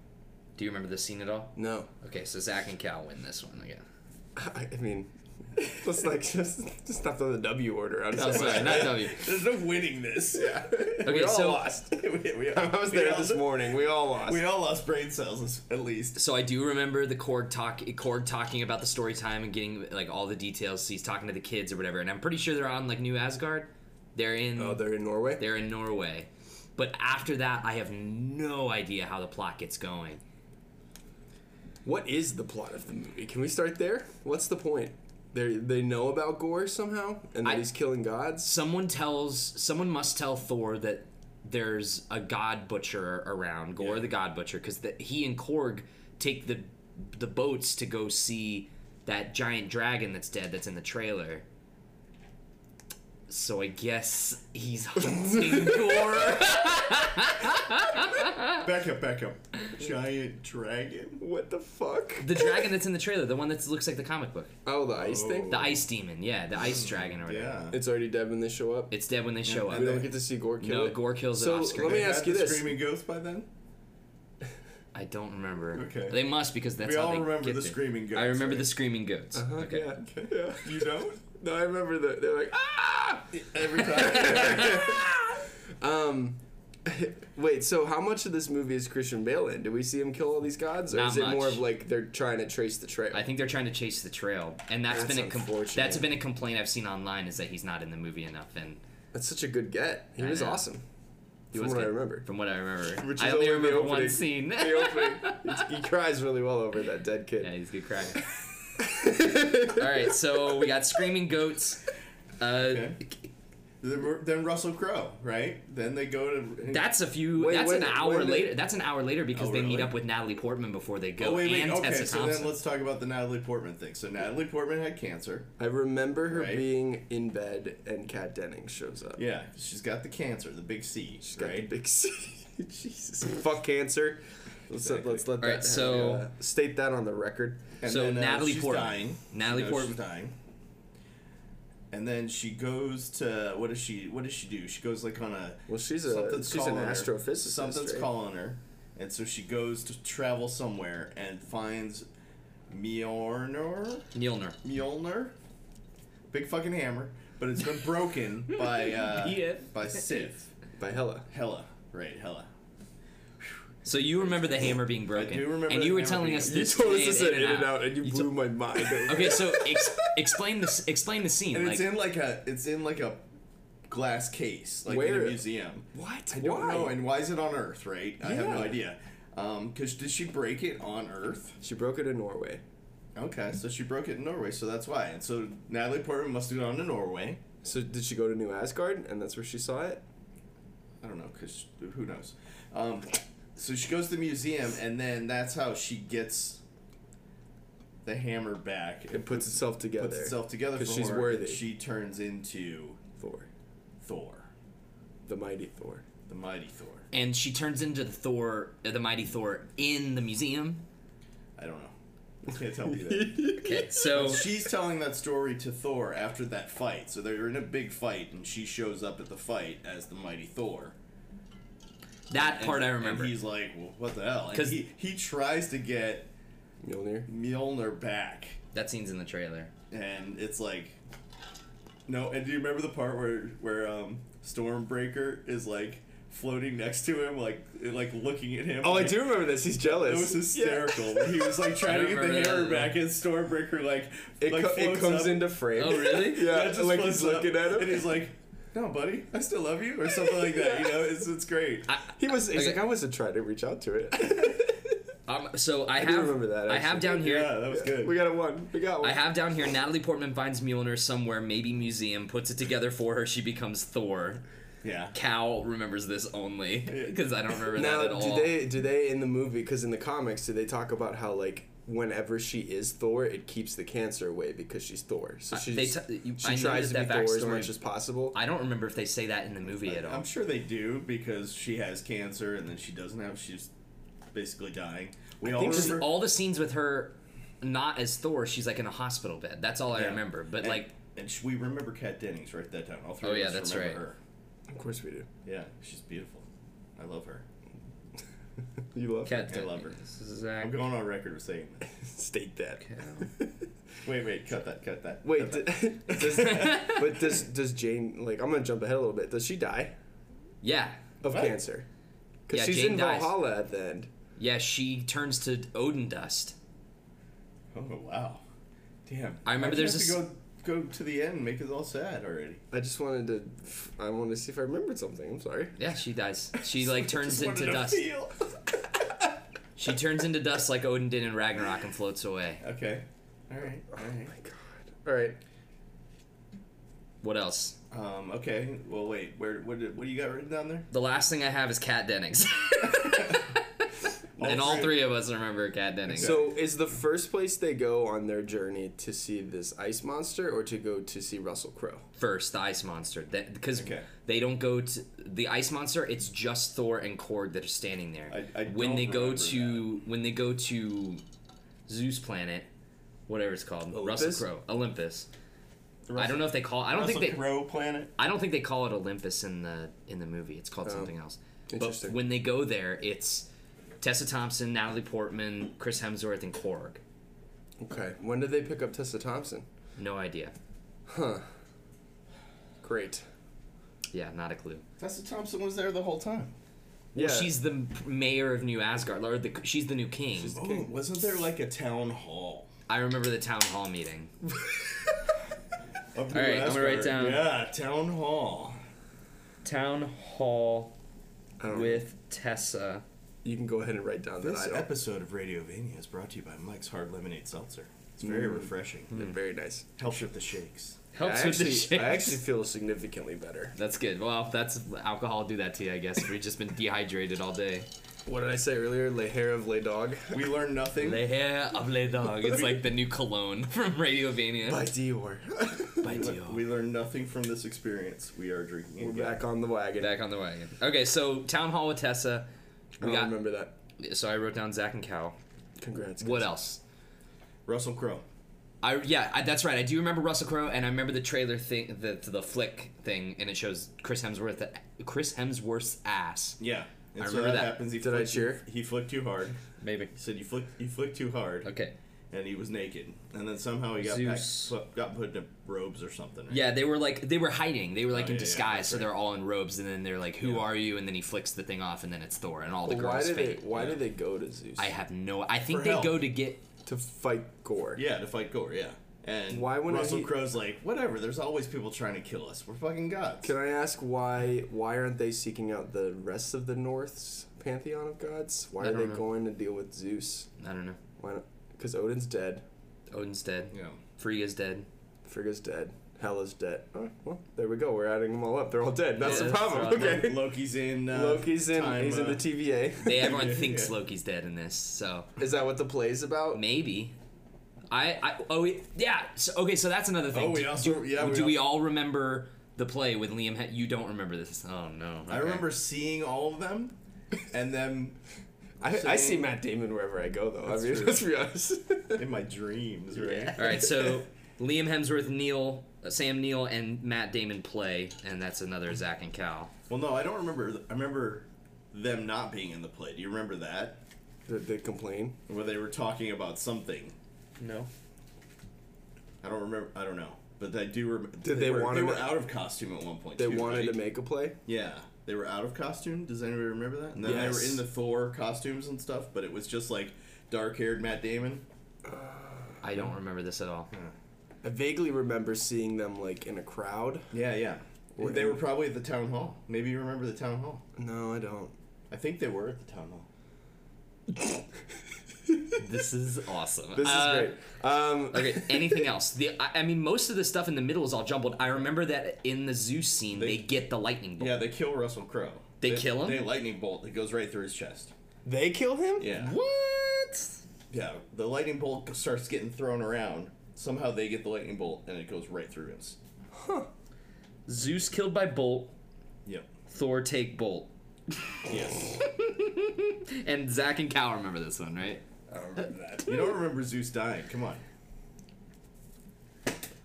Speaker 1: Do you remember this scene at all?
Speaker 2: No.
Speaker 1: Okay, so Zach and Cal win this one again.
Speaker 2: I, I mean, let's like just just not throw the W order out.
Speaker 1: Oh, sorry, not W.
Speaker 3: There's no winning this. Yeah.
Speaker 1: Okay,
Speaker 2: we all
Speaker 1: so
Speaker 2: lost.
Speaker 3: we, we-
Speaker 2: I was
Speaker 3: we
Speaker 2: there
Speaker 3: all-
Speaker 2: this morning. We all lost.
Speaker 3: We all lost brain cells at least.
Speaker 1: so I do remember the Korg talk, Korg talking about the story time and getting like all the details. He's talking to the kids or whatever, and I'm pretty sure they're on like New Asgard. They're in.
Speaker 2: oh, they're in Norway.
Speaker 1: They're in Norway. But after that, I have no idea how the plot gets going.
Speaker 2: What is the plot of the movie? Can we start there? What's the point? They they know about Gore somehow, and that
Speaker 1: I-
Speaker 2: he's killing gods.
Speaker 1: Someone tells, someone must tell Thor that there's a god butcher around, Gore the god butcher, because he and Korg take the the boats to go see that giant dragon that's dead that's in the trailer. So I guess he's hunting Gore.
Speaker 3: Back up, back up. Giant dragon.
Speaker 2: What the fuck?
Speaker 1: The dragon that's in the trailer, the one that looks like the comic book,
Speaker 2: Oh, the ice thing.
Speaker 1: the ice demon, yeah, the ice dragon or whatever.
Speaker 3: Yeah.
Speaker 2: It's already dead when they show up.
Speaker 1: It's dead when they show up.
Speaker 2: we don't get to see Gore kill
Speaker 1: No,
Speaker 2: it.
Speaker 1: Gore kills it
Speaker 2: So
Speaker 1: off screen.
Speaker 2: let me
Speaker 3: Had
Speaker 2: ask
Speaker 3: the
Speaker 2: you this:
Speaker 3: Screaming ghost by then?
Speaker 1: I don't remember.
Speaker 3: Okay.
Speaker 1: They must because that's
Speaker 3: we
Speaker 1: how
Speaker 3: all
Speaker 1: they
Speaker 3: remember
Speaker 1: get
Speaker 3: the
Speaker 1: there.
Speaker 3: screaming ghost.
Speaker 1: I remember
Speaker 3: right?
Speaker 1: the screaming goats. okay.
Speaker 2: Uh-huh, Yeah.
Speaker 3: Yeah. You don't?
Speaker 2: No, I remember that. They're like, ah.
Speaker 3: Every time.
Speaker 2: Um, wait. So, how much of this movie is Christian Bale in? Do we see him kill all these gods, or
Speaker 1: Not
Speaker 2: is it more
Speaker 1: much.
Speaker 2: of like they're trying to trace the trail?
Speaker 1: I think they're trying to chase the trail, and that's
Speaker 2: That's
Speaker 1: been a com-
Speaker 2: unfortunate.
Speaker 1: that's been a complaint I've seen online is that he's not in the movie enough, and
Speaker 2: That's such a good get. He
Speaker 1: I
Speaker 2: was
Speaker 1: know.
Speaker 2: awesome.
Speaker 1: he
Speaker 2: from
Speaker 1: was
Speaker 2: what I
Speaker 1: good-
Speaker 2: remember.
Speaker 1: From what I remember,
Speaker 2: Which
Speaker 1: I
Speaker 2: is
Speaker 1: only
Speaker 2: only the
Speaker 1: remember one
Speaker 2: opening.
Speaker 1: scene.
Speaker 2: The opening. It's- he cries really well over that dead
Speaker 1: yeah,
Speaker 2: kid.
Speaker 1: he's good crying. all right, so we got screaming goats. Uh,
Speaker 3: Okay. Then- then Russell Crowe, right? Then they go to.
Speaker 1: That's a few.
Speaker 2: Wait,
Speaker 1: that's
Speaker 2: wait,
Speaker 1: an hour
Speaker 2: wait a
Speaker 1: later.
Speaker 2: minute.
Speaker 1: That's an hour later because
Speaker 3: Oh,
Speaker 1: they meet
Speaker 3: really?
Speaker 1: up with Natalie Portman before they go
Speaker 3: Oh wait, wait.
Speaker 1: and
Speaker 3: Okay,
Speaker 1: Tessa
Speaker 3: so
Speaker 1: Thompson.
Speaker 3: then let's talk about the Natalie Portman thing. So Natalie Portman had cancer.
Speaker 2: I remember her
Speaker 3: Right.
Speaker 2: being in bed and Kat Dennings shows up.
Speaker 3: Yeah, she's got the cancer, the big C,
Speaker 2: She's got the
Speaker 3: right?
Speaker 2: big C. Jesus. Fuck cancer. Let's let,
Speaker 3: Exactly.
Speaker 2: let's let that
Speaker 1: All right, so-
Speaker 2: uh, state that on the record.
Speaker 3: And
Speaker 1: So
Speaker 3: then, uh,
Speaker 1: Natalie
Speaker 3: she's
Speaker 1: Portman.
Speaker 3: dying.
Speaker 1: Natalie
Speaker 3: She knows
Speaker 1: Portman.
Speaker 3: she's dying. And then she goes to what does she what does she do? She goes like on a
Speaker 2: Well, she's a she's an
Speaker 3: calling her.
Speaker 2: astrophysicist.
Speaker 3: Something's
Speaker 2: right?
Speaker 3: calling her, and so she goes to travel somewhere and finds Mjolnir.
Speaker 1: Mjolnir.
Speaker 3: Mjolnir, big fucking hammer, but it's been broken by uh,
Speaker 1: Yeah.
Speaker 3: by Sif.
Speaker 2: by Hella.
Speaker 3: Hella, right? Hella.
Speaker 1: So you remember the hammer being broken,
Speaker 3: do remember
Speaker 1: and
Speaker 3: the
Speaker 1: you were
Speaker 3: hammer
Speaker 1: telling
Speaker 3: being
Speaker 1: us
Speaker 3: broken.
Speaker 2: You
Speaker 1: this
Speaker 2: told us
Speaker 1: in
Speaker 2: this in
Speaker 1: and
Speaker 2: In and Out, and you blew my mind.
Speaker 1: Okay, so ex- explain this. Explain the scene.
Speaker 3: And
Speaker 1: like,
Speaker 3: it's in like a it's in like a glass case, like
Speaker 2: Where?
Speaker 3: in a museum.
Speaker 2: what?
Speaker 3: I don't
Speaker 2: Why?
Speaker 3: know. And why is it on Earth? Right? I have no
Speaker 2: Yeah.
Speaker 3: idea. Um, cause did she break it on Earth?
Speaker 2: She broke it in Norway.
Speaker 3: Okay, so she broke it in Norway, so that's why. And so Natalie Portman must have gone to Norway.
Speaker 2: So did she go to New Asgard, and that's where she saw it?
Speaker 3: I don't know, cause who knows? Um, so she goes to the museum, and then that's how she gets the hammer back.
Speaker 2: It puts itself together.
Speaker 3: puts itself together for
Speaker 2: 'Cause she's
Speaker 3: her,
Speaker 2: worthy.
Speaker 3: and She turns into
Speaker 2: Thor,
Speaker 3: Thor,
Speaker 2: the mighty Thor.
Speaker 3: The Mighty Thor.
Speaker 1: and she turns into the Thor, uh, the mighty Thor, in the museum.
Speaker 3: I don't know. I can't tell you that.
Speaker 1: Okay, so
Speaker 3: She's telling that story to Thor after that fight. So they're in a big fight, and she shows up at the fight as the Mighty Thor.
Speaker 1: that
Speaker 3: And-
Speaker 1: part I remember.
Speaker 3: And he's like, well, what the hell? And
Speaker 1: 'Cause-
Speaker 3: he, he tries to get
Speaker 2: Mjolnir.
Speaker 3: Mjolnir back.
Speaker 1: That scene's in the trailer.
Speaker 3: and it's like no and do you remember the part where where um stormbreaker is like floating next to him like like looking at him
Speaker 2: Oh, I
Speaker 3: like,
Speaker 2: do remember this. He's
Speaker 3: it
Speaker 2: jealous.
Speaker 3: was hysterical he was like trying to get
Speaker 1: remember
Speaker 3: the
Speaker 1: that
Speaker 3: hammer
Speaker 1: as well.
Speaker 3: back and stormbreaker like
Speaker 2: It,
Speaker 3: like
Speaker 2: co- it
Speaker 3: floats
Speaker 2: comes
Speaker 3: up.
Speaker 2: into frame.
Speaker 1: Oh, really?
Speaker 2: yeah,
Speaker 3: it just
Speaker 2: like
Speaker 3: floats
Speaker 2: he's
Speaker 3: up,
Speaker 2: looking at him.
Speaker 3: and he's like no buddy i still love you or something like that you know it's, it's great
Speaker 1: I,
Speaker 2: he was. He's
Speaker 1: Okay.
Speaker 2: like, I wasn't trying to reach out to it.
Speaker 1: um, so I,
Speaker 2: do
Speaker 1: have
Speaker 2: remember that,
Speaker 1: I have
Speaker 2: actually.
Speaker 1: down here.
Speaker 3: yeah that was good
Speaker 2: we got a one. We got one.
Speaker 1: I have down here. Natalie Portman finds Mjolnir somewhere, maybe museum, puts it together for her. She becomes Thor.
Speaker 3: yeah
Speaker 1: Cal remembers this only because I don't remember
Speaker 2: now,
Speaker 1: that at
Speaker 2: do
Speaker 1: all.
Speaker 2: they do they in the movie? Because in the comics, do they talk about how like whenever she is Thor, it keeps the cancer away because she's Thor. So
Speaker 1: I-
Speaker 2: she's,
Speaker 1: they t- you-
Speaker 2: she
Speaker 1: I
Speaker 2: tries to be
Speaker 1: noticed that
Speaker 2: Thor as
Speaker 1: backstory.
Speaker 2: much as possible.
Speaker 1: I don't remember if they say that in the movie at all.
Speaker 3: I'm sure they do because she has cancer and then she doesn't have. She's basically dying. We all
Speaker 2: think
Speaker 1: Just
Speaker 3: remember
Speaker 1: all the scenes with her, not as Thor, she's like in a hospital bed. That's all I
Speaker 3: Yeah.
Speaker 1: remember. But
Speaker 3: and,
Speaker 1: like,
Speaker 3: and sh- we remember Kat Dennings. Write that down. All three.
Speaker 1: Oh,
Speaker 3: of
Speaker 1: yeah,
Speaker 3: us
Speaker 1: that's
Speaker 3: remember
Speaker 1: right.
Speaker 3: Her.
Speaker 2: of course we do.
Speaker 3: Yeah, she's beautiful. I love her.
Speaker 2: You love
Speaker 1: Cat
Speaker 3: I love her.
Speaker 1: This is Zach.
Speaker 3: I'm going on record with saying that.
Speaker 2: state that.
Speaker 1: Cal.
Speaker 3: Wait, wait, cut that, cut that.
Speaker 2: Wait,
Speaker 3: cut
Speaker 2: d-
Speaker 3: that.
Speaker 2: does, but does does Jane like? I'm gonna jump ahead a little bit. Does she die
Speaker 1: Yeah,
Speaker 2: of
Speaker 3: What?
Speaker 2: cancer? Because
Speaker 1: Yeah,
Speaker 2: she's
Speaker 1: Jane
Speaker 2: in
Speaker 1: dies.
Speaker 2: Valhalla at the end.
Speaker 1: yeah. She turns to Odin dust.
Speaker 3: oh wow, damn.
Speaker 1: I remember
Speaker 3: Why'd you
Speaker 1: there's
Speaker 3: have to go go to the end, and make us all sad already.
Speaker 2: I just wanted to. I wanted to see if I remembered something. I'm sorry.
Speaker 1: Yeah, she dies. She like turns
Speaker 3: Just wanted
Speaker 1: into
Speaker 3: to
Speaker 1: dust.
Speaker 3: feel.
Speaker 1: She turns into dust like Odin did in Ragnarok and floats away.
Speaker 3: okay. All right. All right.
Speaker 2: Oh My God. All right.
Speaker 1: What else?
Speaker 3: Um, okay. Well, wait. Where? What? did- What do you got written down there?
Speaker 1: The last thing I have is Cat Dennings. and all
Speaker 3: three.
Speaker 1: three of us remember Cat Dennings.
Speaker 2: So is the first place they go on their journey to see this ice monster or to go to see Russell Crowe?
Speaker 1: First, the Ice Monster. That, because
Speaker 3: Okay.
Speaker 1: they don't go to the Ice Monster, it's just Thor and Korg that are standing there.
Speaker 3: I- I
Speaker 1: when
Speaker 3: don't
Speaker 1: they go
Speaker 3: remember
Speaker 1: to when they go to Zeus planet, whatever it's called,
Speaker 2: Olympus?
Speaker 1: Russell Crowe, Olympus. I don't know if they call. I don't
Speaker 3: Russell
Speaker 1: think they.
Speaker 3: Crowe planet.
Speaker 1: I don't think they call it Olympus in the in the movie. It's called something else. But
Speaker 2: Oh, Interesting.
Speaker 1: when they go there, it's Tessa Thompson, Natalie Portman, Chris Hemsworth, and Korg.
Speaker 2: Okay. When did they pick up Tessa Thompson?
Speaker 1: No idea.
Speaker 2: Great.
Speaker 1: Yeah, not a clue.
Speaker 3: Tessa Thompson was there the whole time.
Speaker 1: Well,
Speaker 2: Yeah.
Speaker 1: she's the mayor of New Asgard, or the, she's the new king.
Speaker 3: Oh, wasn't there like a town hall?
Speaker 1: I remember the town hall meeting.
Speaker 3: All right,
Speaker 1: right, I'm gonna write down-
Speaker 3: Yeah, town hall.
Speaker 1: Town hall
Speaker 2: I don't
Speaker 1: Tessa.
Speaker 2: You can go ahead and write down that
Speaker 3: This
Speaker 2: I don't.
Speaker 3: episode of Radio Vania is brought to you by Mike's Hard Lemonade Seltzer. It's very refreshing.
Speaker 2: Very nice.
Speaker 3: Helps with the shakes.
Speaker 1: Helps
Speaker 2: I
Speaker 1: with the
Speaker 2: actually,
Speaker 1: shakes.
Speaker 2: I actually feel significantly better.
Speaker 1: That's good. Well, that's alcohol will do that to you, I guess. We've just been dehydrated all day.
Speaker 2: What did I say earlier? Le hair of le dog.
Speaker 3: We learned nothing.
Speaker 1: Le hair of le dog. It's like the new cologne from Radiovania.
Speaker 2: By Dior.
Speaker 1: By Dior.
Speaker 3: We learned nothing from this experience. We are drinking.
Speaker 2: We're
Speaker 3: again.
Speaker 2: back on the wagon.
Speaker 1: Back on the wagon. Okay, so town hall with Tessa.
Speaker 2: I
Speaker 1: We
Speaker 2: don't
Speaker 1: got.
Speaker 2: remember that.
Speaker 1: So I wrote down Zach and Cal.
Speaker 2: Congrats.
Speaker 1: What
Speaker 2: guys.
Speaker 1: else?
Speaker 3: Russell Crowe.
Speaker 1: I yeah, I, that's right. I do remember Russell Crowe, and I remember the trailer thing, the the flick thing, and it shows Chris Hemsworth, Chris Hemsworth's ass.
Speaker 3: Yeah. And
Speaker 1: I
Speaker 3: so
Speaker 1: remember
Speaker 3: that
Speaker 1: that.
Speaker 3: happens. He
Speaker 2: Did I
Speaker 3: flicked,
Speaker 2: cheer?
Speaker 3: He flicked too hard.
Speaker 1: Maybe.
Speaker 3: He said you flicked. You flicked too hard.
Speaker 1: Okay.
Speaker 3: And he was naked. And then somehow he got
Speaker 1: Zeus.
Speaker 3: packed, got put into robes or something. right?
Speaker 1: Yeah, they were like they were hiding. They were like
Speaker 3: Oh,
Speaker 1: in
Speaker 3: yeah,
Speaker 1: disguise,
Speaker 3: that's
Speaker 1: so
Speaker 3: right.
Speaker 1: they're all in robes, and then they're like, "Who
Speaker 3: Yeah.
Speaker 1: are you?" And then he flicks the thing off, and then it's Thor, and all the
Speaker 2: But why
Speaker 1: girls
Speaker 2: did
Speaker 1: faint.
Speaker 2: they? Why
Speaker 3: Yeah.
Speaker 2: did they go to Zeus?
Speaker 1: I have no. I think
Speaker 3: For
Speaker 1: they
Speaker 3: help.
Speaker 1: go to get.
Speaker 2: to fight Gore.
Speaker 3: Yeah, to fight Gore, yeah. And
Speaker 2: Why wouldn't
Speaker 3: Russell
Speaker 2: he-
Speaker 3: Crowe's like, whatever, there's always people trying to kill us. We're fucking gods.
Speaker 2: Can I ask why why aren't they seeking out the rest of the North's pantheon of gods? Why
Speaker 1: I
Speaker 2: are
Speaker 1: don't
Speaker 2: they
Speaker 1: know.
Speaker 2: going to deal with Zeus?
Speaker 1: I don't know.
Speaker 2: Why not? Because Odin's dead,
Speaker 1: Odin's dead.
Speaker 3: You know,
Speaker 1: Frigga's dead.
Speaker 2: Frigga's dead, Hela's dead. All right, well there we go. We're adding them all up. They're all dead. That's
Speaker 1: Yeah,
Speaker 2: the
Speaker 1: that's
Speaker 2: problem.
Speaker 1: right.
Speaker 2: Okay.
Speaker 3: Loki's in. Uh,
Speaker 2: Loki's in.
Speaker 3: time,
Speaker 2: he's in
Speaker 3: uh,
Speaker 2: the TVA.
Speaker 1: They everyone
Speaker 3: Yeah.
Speaker 1: thinks Loki's dead in this, so
Speaker 2: Is that what the play's about?
Speaker 1: maybe. I, I oh it- yeah so, okay so that's another thing.
Speaker 3: Oh, we
Speaker 1: Do-
Speaker 3: also-
Speaker 1: do,
Speaker 3: yeah, we
Speaker 1: do we
Speaker 3: also-
Speaker 1: all remember the play with Liam. He- you don't remember this? Oh no.
Speaker 3: I
Speaker 1: Okay.
Speaker 3: remember seeing all of them, and then
Speaker 2: I, I see
Speaker 3: Same.
Speaker 2: Matt Damon wherever I go, though.
Speaker 3: That's
Speaker 2: I mean,
Speaker 3: true.
Speaker 2: let's be honest.
Speaker 3: in my dreams, right?
Speaker 2: Yeah.
Speaker 1: All right, so Liam Hemsworth, Neil, uh, Sam Neil, and Matt Damon play, and that's another Zach and Cal.
Speaker 3: Well, no, I don't remember. th- I remember them not being in the play. Do you remember that?
Speaker 2: Did they complain?
Speaker 3: Where they were talking about something.
Speaker 4: No.
Speaker 3: I don't remember. I don't know. But I do remember.
Speaker 2: Did they
Speaker 3: were,
Speaker 2: want
Speaker 3: They
Speaker 2: to-
Speaker 3: were out of costume at one point.
Speaker 2: They
Speaker 3: too,
Speaker 2: wanted
Speaker 3: right?
Speaker 2: to make a play.
Speaker 3: Yeah, they were out of costume. Does anybody remember that? And then they
Speaker 2: Yes.
Speaker 3: were in the Thor costumes and stuff, but it was just like dark-haired Matt Damon.
Speaker 1: I don't remember this at all.
Speaker 2: I vaguely remember seeing them like in a crowd.
Speaker 3: Yeah, yeah.
Speaker 2: Or
Speaker 3: they
Speaker 2: in-
Speaker 3: were probably at the town hall. Maybe you remember the town hall.
Speaker 2: No, I don't.
Speaker 3: I think they were at the town hall.
Speaker 1: This is awesome.
Speaker 2: This
Speaker 1: Uh,
Speaker 2: is great. Um,
Speaker 1: Okay, anything else? The I, I mean, most of the stuff in the middle is all jumbled. I remember that in the zoo scene, they,
Speaker 3: They-
Speaker 1: get the lightning bolt.
Speaker 3: Yeah, they kill Russell Crowe.
Speaker 1: They kill him?
Speaker 3: They lightning bolt. It goes right through his chest.
Speaker 2: They kill him.
Speaker 3: Yeah.
Speaker 1: What?
Speaker 3: Yeah, the lightning bolt starts getting thrown around. Somehow they get the lightning bolt and it goes right through him.
Speaker 1: Zeus killed by Bolt.
Speaker 3: Yep.
Speaker 1: Thor take Bolt.
Speaker 3: Yes.
Speaker 1: And Zach and Cal remember this one, right?
Speaker 3: I don't remember that. You don't remember Zeus dying. Come on.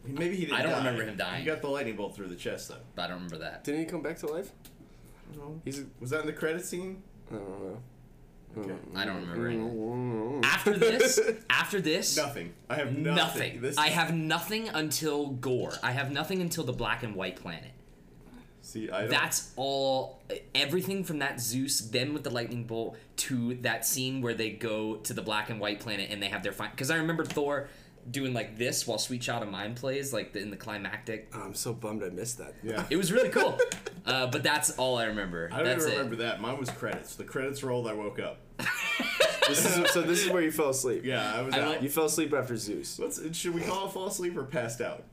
Speaker 3: Maybe he didn't
Speaker 1: I don't
Speaker 3: die.
Speaker 1: remember him dying.
Speaker 3: He got the lightning bolt through the chest, though.
Speaker 1: But I don't remember that.
Speaker 2: Didn't he come back to life?
Speaker 3: No. Hmm.
Speaker 2: He's.
Speaker 3: Was that in the credit scene?
Speaker 2: I don't know.
Speaker 3: Okay.
Speaker 1: I don't remember anything. After this, after this,
Speaker 3: Nothing. I have nothing.
Speaker 1: nothing.
Speaker 3: This
Speaker 1: I have nothing until Gore. I have nothing until the Black and White Planet.
Speaker 3: See, I don't.
Speaker 1: That's all. Everything from that Zeus, them with the lightning bolt, to that scene where they go to the black and white planet and they have their final. Because I remember Thor doing like this while Sweet Child of Mine plays, like in the climactic.
Speaker 2: I'm so bummed I missed that.
Speaker 3: Yeah.
Speaker 1: It was really cool. uh, but that's all I remember.
Speaker 3: I don't
Speaker 1: that's
Speaker 3: even
Speaker 1: it.
Speaker 3: remember that. Mine was credits. The credits rolled. I woke up.
Speaker 2: This is, so this is where you fell asleep.
Speaker 3: Yeah, I was
Speaker 1: I
Speaker 3: out.
Speaker 1: like-
Speaker 2: You fell asleep after Zeus.
Speaker 3: Let's, should we call it fall asleep or passed out?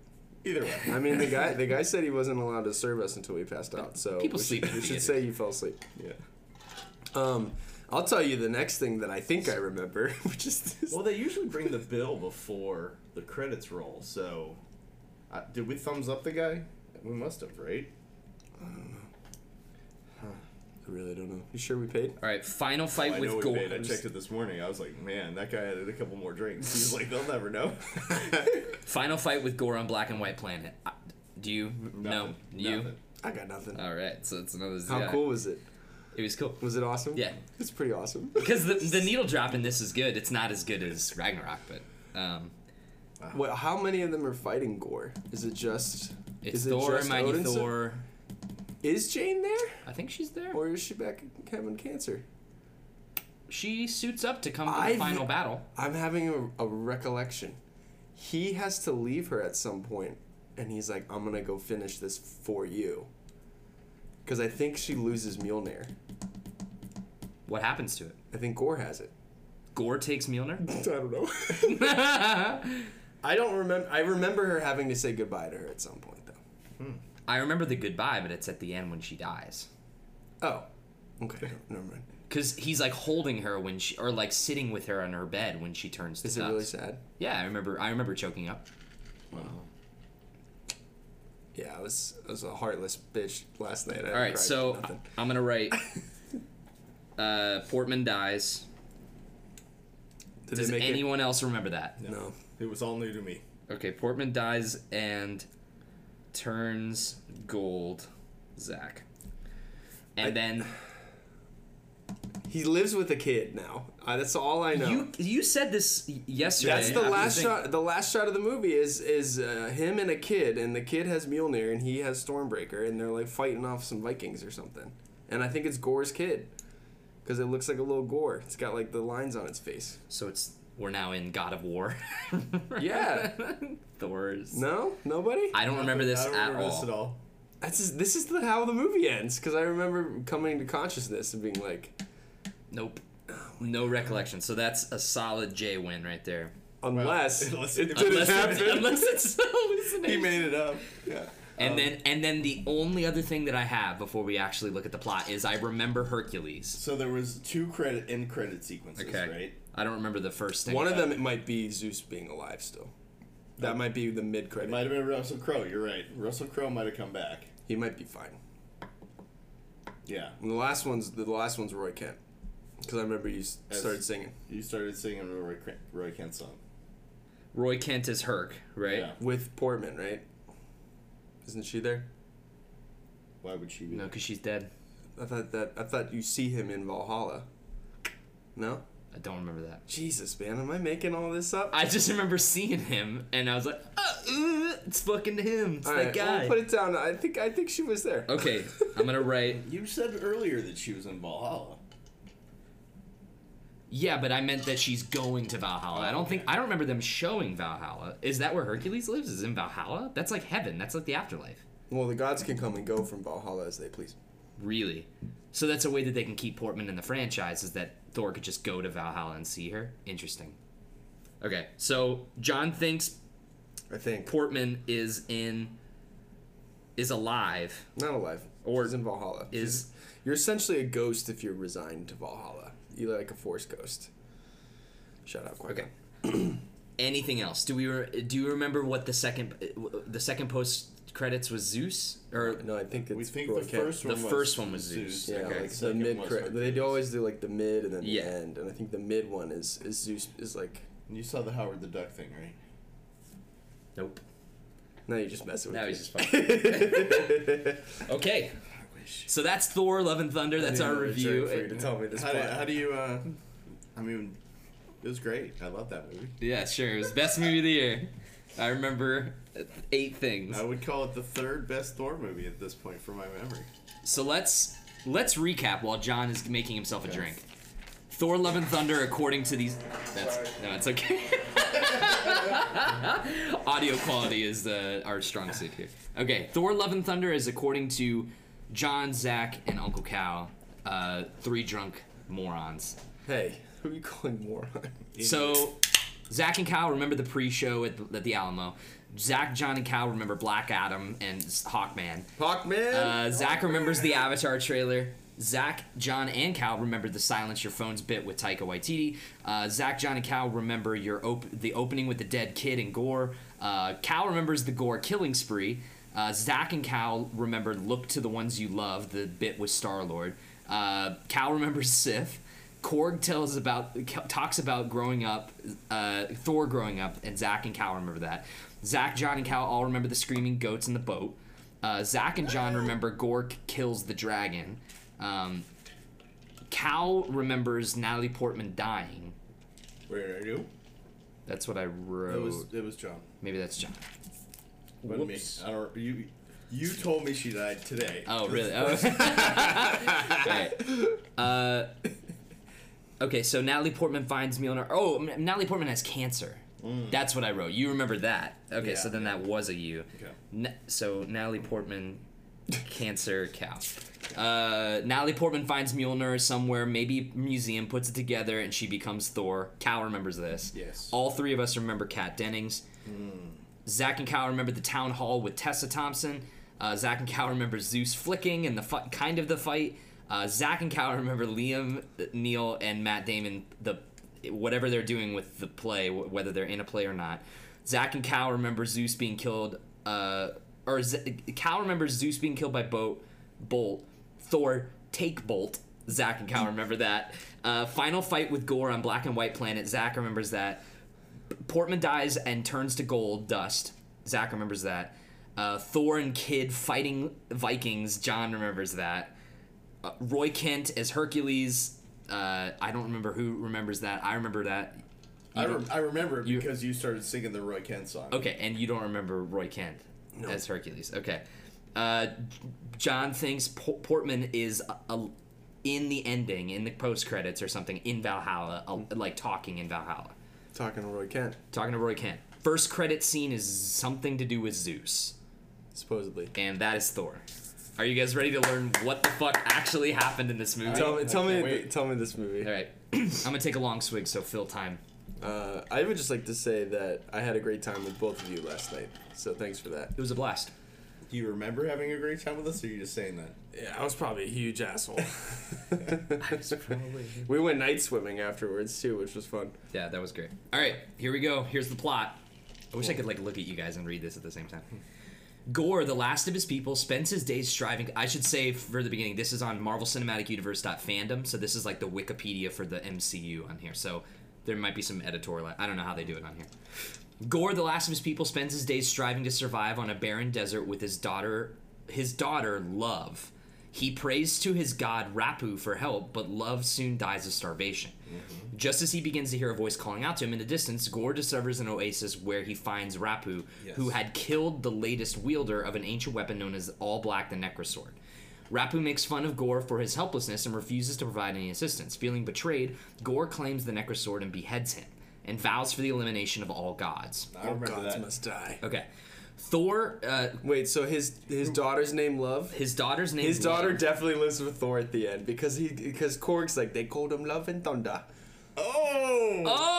Speaker 3: Either way.
Speaker 2: I mean, the guy the guy said he wasn't allowed to serve us until we passed out. So
Speaker 1: People
Speaker 2: we
Speaker 1: sleep
Speaker 2: should,
Speaker 1: in
Speaker 2: we should
Speaker 1: theaters.
Speaker 2: say you fell asleep.
Speaker 3: Yeah.
Speaker 2: Um, I'll tell you the next thing that I think I remember, which is this.
Speaker 3: Well, they usually bring the bill before the credits roll. So, uh, did we thumbs up the guy? We must have, right?
Speaker 2: I really don't know. You sure we paid?
Speaker 1: All right, final fight
Speaker 3: Oh, I know
Speaker 1: with
Speaker 3: we
Speaker 1: Gore.
Speaker 3: paid. I checked it this morning. I was like, man, that guy added a couple more drinks. He's like, they'll never know.
Speaker 1: Final fight with Gore on Black and White Planet. I- Do you? No.
Speaker 3: Nothing.
Speaker 1: You?
Speaker 3: Nothing.
Speaker 2: I got nothing.
Speaker 1: All right, so it's another.
Speaker 2: How
Speaker 1: Uh, yeah.
Speaker 2: cool was it?
Speaker 1: It was cool.
Speaker 2: Was it awesome?
Speaker 1: Yeah.
Speaker 2: It's pretty awesome.
Speaker 1: Because the, the needle drop in this is good. It's not as good as Ragnarok, but. Um,
Speaker 2: What, how many of them are fighting Gore? Is it just?
Speaker 1: It's
Speaker 2: is it
Speaker 1: Thor,
Speaker 2: just
Speaker 1: Mighty
Speaker 2: Odinson?
Speaker 1: Thor.
Speaker 2: Is Jane there,
Speaker 1: I think she's there.
Speaker 2: or is she back having cancer?
Speaker 1: She suits up to come to the
Speaker 2: I've-
Speaker 1: final battle.
Speaker 2: I'm having a, a recollection. He has to leave her at some point, and he's like, "I'm gonna go finish this for you," because I think she loses Mjolnir.
Speaker 1: What happens to it?
Speaker 2: I think Gore has it.
Speaker 1: Gore takes Mjolnir.
Speaker 2: I don't know. I don't remember. I remember her having to say goodbye to her at some point, though.
Speaker 1: I remember the goodbye, but it's at the end when she dies.
Speaker 2: Oh, okay. Never mind.
Speaker 1: Cause he's like holding her when she, or like sitting with her on her bed when she turns to
Speaker 2: Is it
Speaker 1: dust.
Speaker 2: really sad?
Speaker 1: Yeah, I remember. I remember choking up.
Speaker 2: Yeah, I was I was a heartless bitch last night. I
Speaker 1: All right, so I- I'm gonna write. Uh, Portman dies.
Speaker 2: did
Speaker 1: Does
Speaker 2: they make anyone?
Speaker 1: anyone else remember that?
Speaker 2: It? No.
Speaker 3: It was all new to me.
Speaker 1: Okay, Portman dies and turns gold. Zach, and then
Speaker 2: He lives with a kid now. Uh, that's all I know.
Speaker 1: You you said this y- yesterday.
Speaker 2: that's the
Speaker 1: I was
Speaker 2: last
Speaker 1: thinking-
Speaker 2: shot. The last shot of the movie is is uh, him and a kid, and the kid has Mjolnir and he has Stormbreaker, and they're like fighting off some Vikings or something. And I think it's Gore's kid, because it looks like a little Gore. It's got like the lines on its face.
Speaker 1: So it's we're now in God of War.
Speaker 2: Yeah.
Speaker 1: Thor's.
Speaker 2: No, nobody.
Speaker 1: I don't remember this
Speaker 3: I don't
Speaker 1: at
Speaker 3: remember
Speaker 1: all.
Speaker 3: this at all.
Speaker 2: That's just, this is the, how the movie ends because I remember coming to consciousness and being like,
Speaker 1: Nope. No recollection. So that's a solid J win right there.
Speaker 2: unless
Speaker 3: unless-
Speaker 2: it didn't
Speaker 1: Unless,
Speaker 2: happen.
Speaker 1: it, unless it's
Speaker 3: He
Speaker 1: hallucination.
Speaker 3: made it up. Yeah. Um,
Speaker 1: and then and then the only other thing that I have before we actually look at the plot is I remember Hercules.
Speaker 3: So there was two credit end credit sequences,
Speaker 1: Okay.
Speaker 3: right?
Speaker 1: I don't remember the first thing.
Speaker 2: One of them it might be Zeus being alive still.
Speaker 1: Oh.
Speaker 2: That might be the mid
Speaker 3: It
Speaker 2: credit.
Speaker 3: might have been Russell Crowe. You're right. Russell Crowe might have come back.
Speaker 2: He might be fine.
Speaker 3: Yeah.
Speaker 2: And the last one's the last one's Roy Kent, because I remember you s-
Speaker 3: As-
Speaker 2: started singing
Speaker 3: You started singing a Roy, Kent- Roy Kent song.
Speaker 1: Roy Kent is Herc, right?
Speaker 3: Yeah.
Speaker 2: with Portman, right? Isn't she there?
Speaker 3: Why would she be?
Speaker 1: No, because she's dead.
Speaker 2: I thought that I thought you see him in Valhalla. No,
Speaker 1: I don't remember that.
Speaker 2: Jesus, man, am I making all this up?
Speaker 1: I just remember seeing him, and I was like, "Ah, ooh, it's fucking him. It's
Speaker 2: All
Speaker 1: that
Speaker 2: right,
Speaker 1: guy.
Speaker 2: we'll put it down. I think I think she was there.
Speaker 1: okay, I'm gonna write.
Speaker 3: You said earlier that she was in Valhalla.
Speaker 1: Yeah, but I meant that she's going to Valhalla. I don't think I don't remember them showing Valhalla. Is that where Hercules lives? Is in Valhalla? That's like heaven. That's like the afterlife.
Speaker 2: Well, the gods can come and go from Valhalla as they please.
Speaker 1: Really. So that's a way that they can keep Portman in the franchise is that Thor could just go to Valhalla and see her. Interesting. Okay, so John thinks
Speaker 2: I think
Speaker 1: Portman is in is alive.
Speaker 2: not alive.
Speaker 1: Or
Speaker 2: She's in Valhalla.
Speaker 1: is-
Speaker 2: you're essentially a ghost if you're resigned to Valhalla. You're like a force ghost. Shut up, quick.
Speaker 1: Okay. Anything else? Do we re- do you remember what the second the second post credits was Zeus or
Speaker 2: No, I think it's
Speaker 3: we think
Speaker 2: Roy
Speaker 3: the
Speaker 2: Kent.
Speaker 3: first
Speaker 1: The
Speaker 3: one.
Speaker 1: first
Speaker 3: was
Speaker 1: one was Zeus.
Speaker 2: Yeah,
Speaker 1: Okay.
Speaker 2: like the
Speaker 3: second
Speaker 2: mid.
Speaker 3: was
Speaker 2: Cra-
Speaker 3: Hercules.
Speaker 2: they always do like the mid and then
Speaker 1: Yeah.
Speaker 2: the end, and I think the mid one is is Zeus is like.
Speaker 3: You saw the Howard the Duck thing, right?
Speaker 1: Nope.
Speaker 2: No, you just messing with
Speaker 1: Now
Speaker 2: me.
Speaker 1: he's just fucking. okay.
Speaker 3: I wish.
Speaker 1: So that's Thor: Love and Thunder. That's our
Speaker 2: Another joke For you to
Speaker 1: review.
Speaker 2: tell me this
Speaker 3: How do,
Speaker 2: plot.
Speaker 3: how do you? Uh, I mean, it was great. I love that movie.
Speaker 1: Yeah, sure. It was best movie of the year. I remember eight things.
Speaker 3: I would call it the third best Thor movie at this point for my memory.
Speaker 1: So let's let's recap while John is making himself a drink. Thor: Love and Thunder, according to these. That's no, it's okay. Audio quality is the our strong suit here. Okay, Thor: Love and Thunder is according to John, Zach, and Uncle Cal, uh, three drunk morons.
Speaker 2: hey, who are you calling moron?
Speaker 1: So, Zach and Kyle remember the pre-show at, at the Alamo. Zach, John, and Kyle remember Black Adam and Hawkman.
Speaker 2: Hawkman.
Speaker 1: Uh, Zach remembers the Avatar trailer. Zach, John, and Cal remember the silence your phones bit with Taika Waititi. Uh, Zach, John, and Cal remember your op- the opening with the dead kid and gore. Uh, Cal remembers the gore killing spree. Uh, Zach and Cal remember look to the ones you love. The bit with Star Lord. Uh, Cal remembers Sif. Korg tells about talks about growing up, uh, Thor growing up, and Zach and Cal remember that. Zach, John, and Cal all remember the screaming goats in the boat. Uh, Zach and John remember Gork kills the dragon. Um, Cal remembers Natalie Portman dying.
Speaker 3: Where are you?
Speaker 1: That's what I wrote.
Speaker 3: It was it was John.
Speaker 1: Maybe that's John.
Speaker 3: Wasn't
Speaker 1: Oh.
Speaker 3: me.
Speaker 1: Whoops.
Speaker 3: I don't. You you told me she died today.
Speaker 1: Oh, really? Oh. Alright. Uh, okay, so Natalie Portman finds Mjolnir. Oh, M- Natalie Portman has cancer. That's what I wrote. You remember that. Okay, so
Speaker 3: Mm. Yeah.
Speaker 1: then that was a you.
Speaker 3: Okay.
Speaker 1: Na- so Natalie Portman, cancer cow. Uh, Natalie Portman finds Mjolnir somewhere, maybe museum, puts it together, and she becomes Thor. Cal remembers this.
Speaker 3: Yes.
Speaker 1: All three of us remember Kat Dennings. Zach and Kyle remember the town hall with Tessa Thompson. Uh, Zach and Kyle remember Zeus flicking and the fi- kind of the fight. Uh, Zach and Kyle remember Liam Neil and Matt Damon the whatever they're doing with the play, wh- whether they're in a play or not. Zach and Kyle remember Zeus being killed. Uh, or Z- Kyle remembers Zeus being killed by Bolt. Bolt. Thor take Bolt. Zach and Kyle remember that. Uh, final fight with Gore on Black and White Planet. Zach remembers that. Portman dies and turns to gold dust. Zach remembers that. Uh, Thor and Kid fighting Vikings. John remembers that. Uh, Roy Kent as Hercules. Uh, I don't remember who remembers that. I remember that.
Speaker 3: I, rem- I remember it
Speaker 1: you-
Speaker 3: because you started singing the Roy Kent song.
Speaker 1: Okay, and you don't remember Roy Kent as Hercules. Okay. Uh, J- John thinks Por- Portman is a, a- in the ending, in the post credits or something, in Valhalla, a, like talking in Valhalla.
Speaker 2: Talking to Roy Kent,
Speaker 1: Talking to Roy Kent. First credit scene is something to do with Zeus.
Speaker 2: supposedly.
Speaker 1: and that is Thor. Are you guys ready to learn what the fuck actually happened in this movie?
Speaker 2: Tell me, tell me,
Speaker 3: wait.
Speaker 2: tell me this movie.
Speaker 1: All right, I'm gonna take a long swig, so fill time.
Speaker 2: Uh, I would just like to say that I had a great time with both of you last night, so thanks for that.
Speaker 1: It was a blast.
Speaker 3: Do you remember having a great time with us, or are you just saying that?
Speaker 2: Yeah, I was probably a huge asshole.
Speaker 1: probably-
Speaker 2: we went night swimming afterwards too, which was fun.
Speaker 1: Yeah, that was great. All right, here we go. Here's the plot. I wish I could like look at you guys and read this at the same time. Gore, the last of his people, spends his days striving. I should say for the beginning, this is on Marvel Cinematic Universe fandom, so this is like the Wikipedia for the MCU on here. So there might be some editorial. I don't know how they do it on here. Gore, the last of his people, spends his days striving to survive on a barren desert with his daughter, his daughter Love. He prays to his god Rapu for help, but Love soon dies of starvation. Just as he begins to hear a voice calling out to him in the distance, Gore discovers an oasis where he finds Rapu, who had killed the latest wielder of an ancient weapon known as All Black the Necrosword. Rapu makes fun of Gore for his helplessness and refuses to provide any assistance. Feeling betrayed, Gore claims the Necrosword and beheads him, and vows for the elimination of all gods.
Speaker 3: I remember that.
Speaker 2: Oh, die.
Speaker 1: Okay. Thor, uh,
Speaker 2: Wait, so his his daughter's name Love.
Speaker 1: his daughter's name.
Speaker 2: His
Speaker 1: is
Speaker 2: daughter
Speaker 1: Love.
Speaker 2: definitely lives with Thor at the end because he because Korg's like they called him Love and Thunder.
Speaker 3: Oh!
Speaker 1: oh.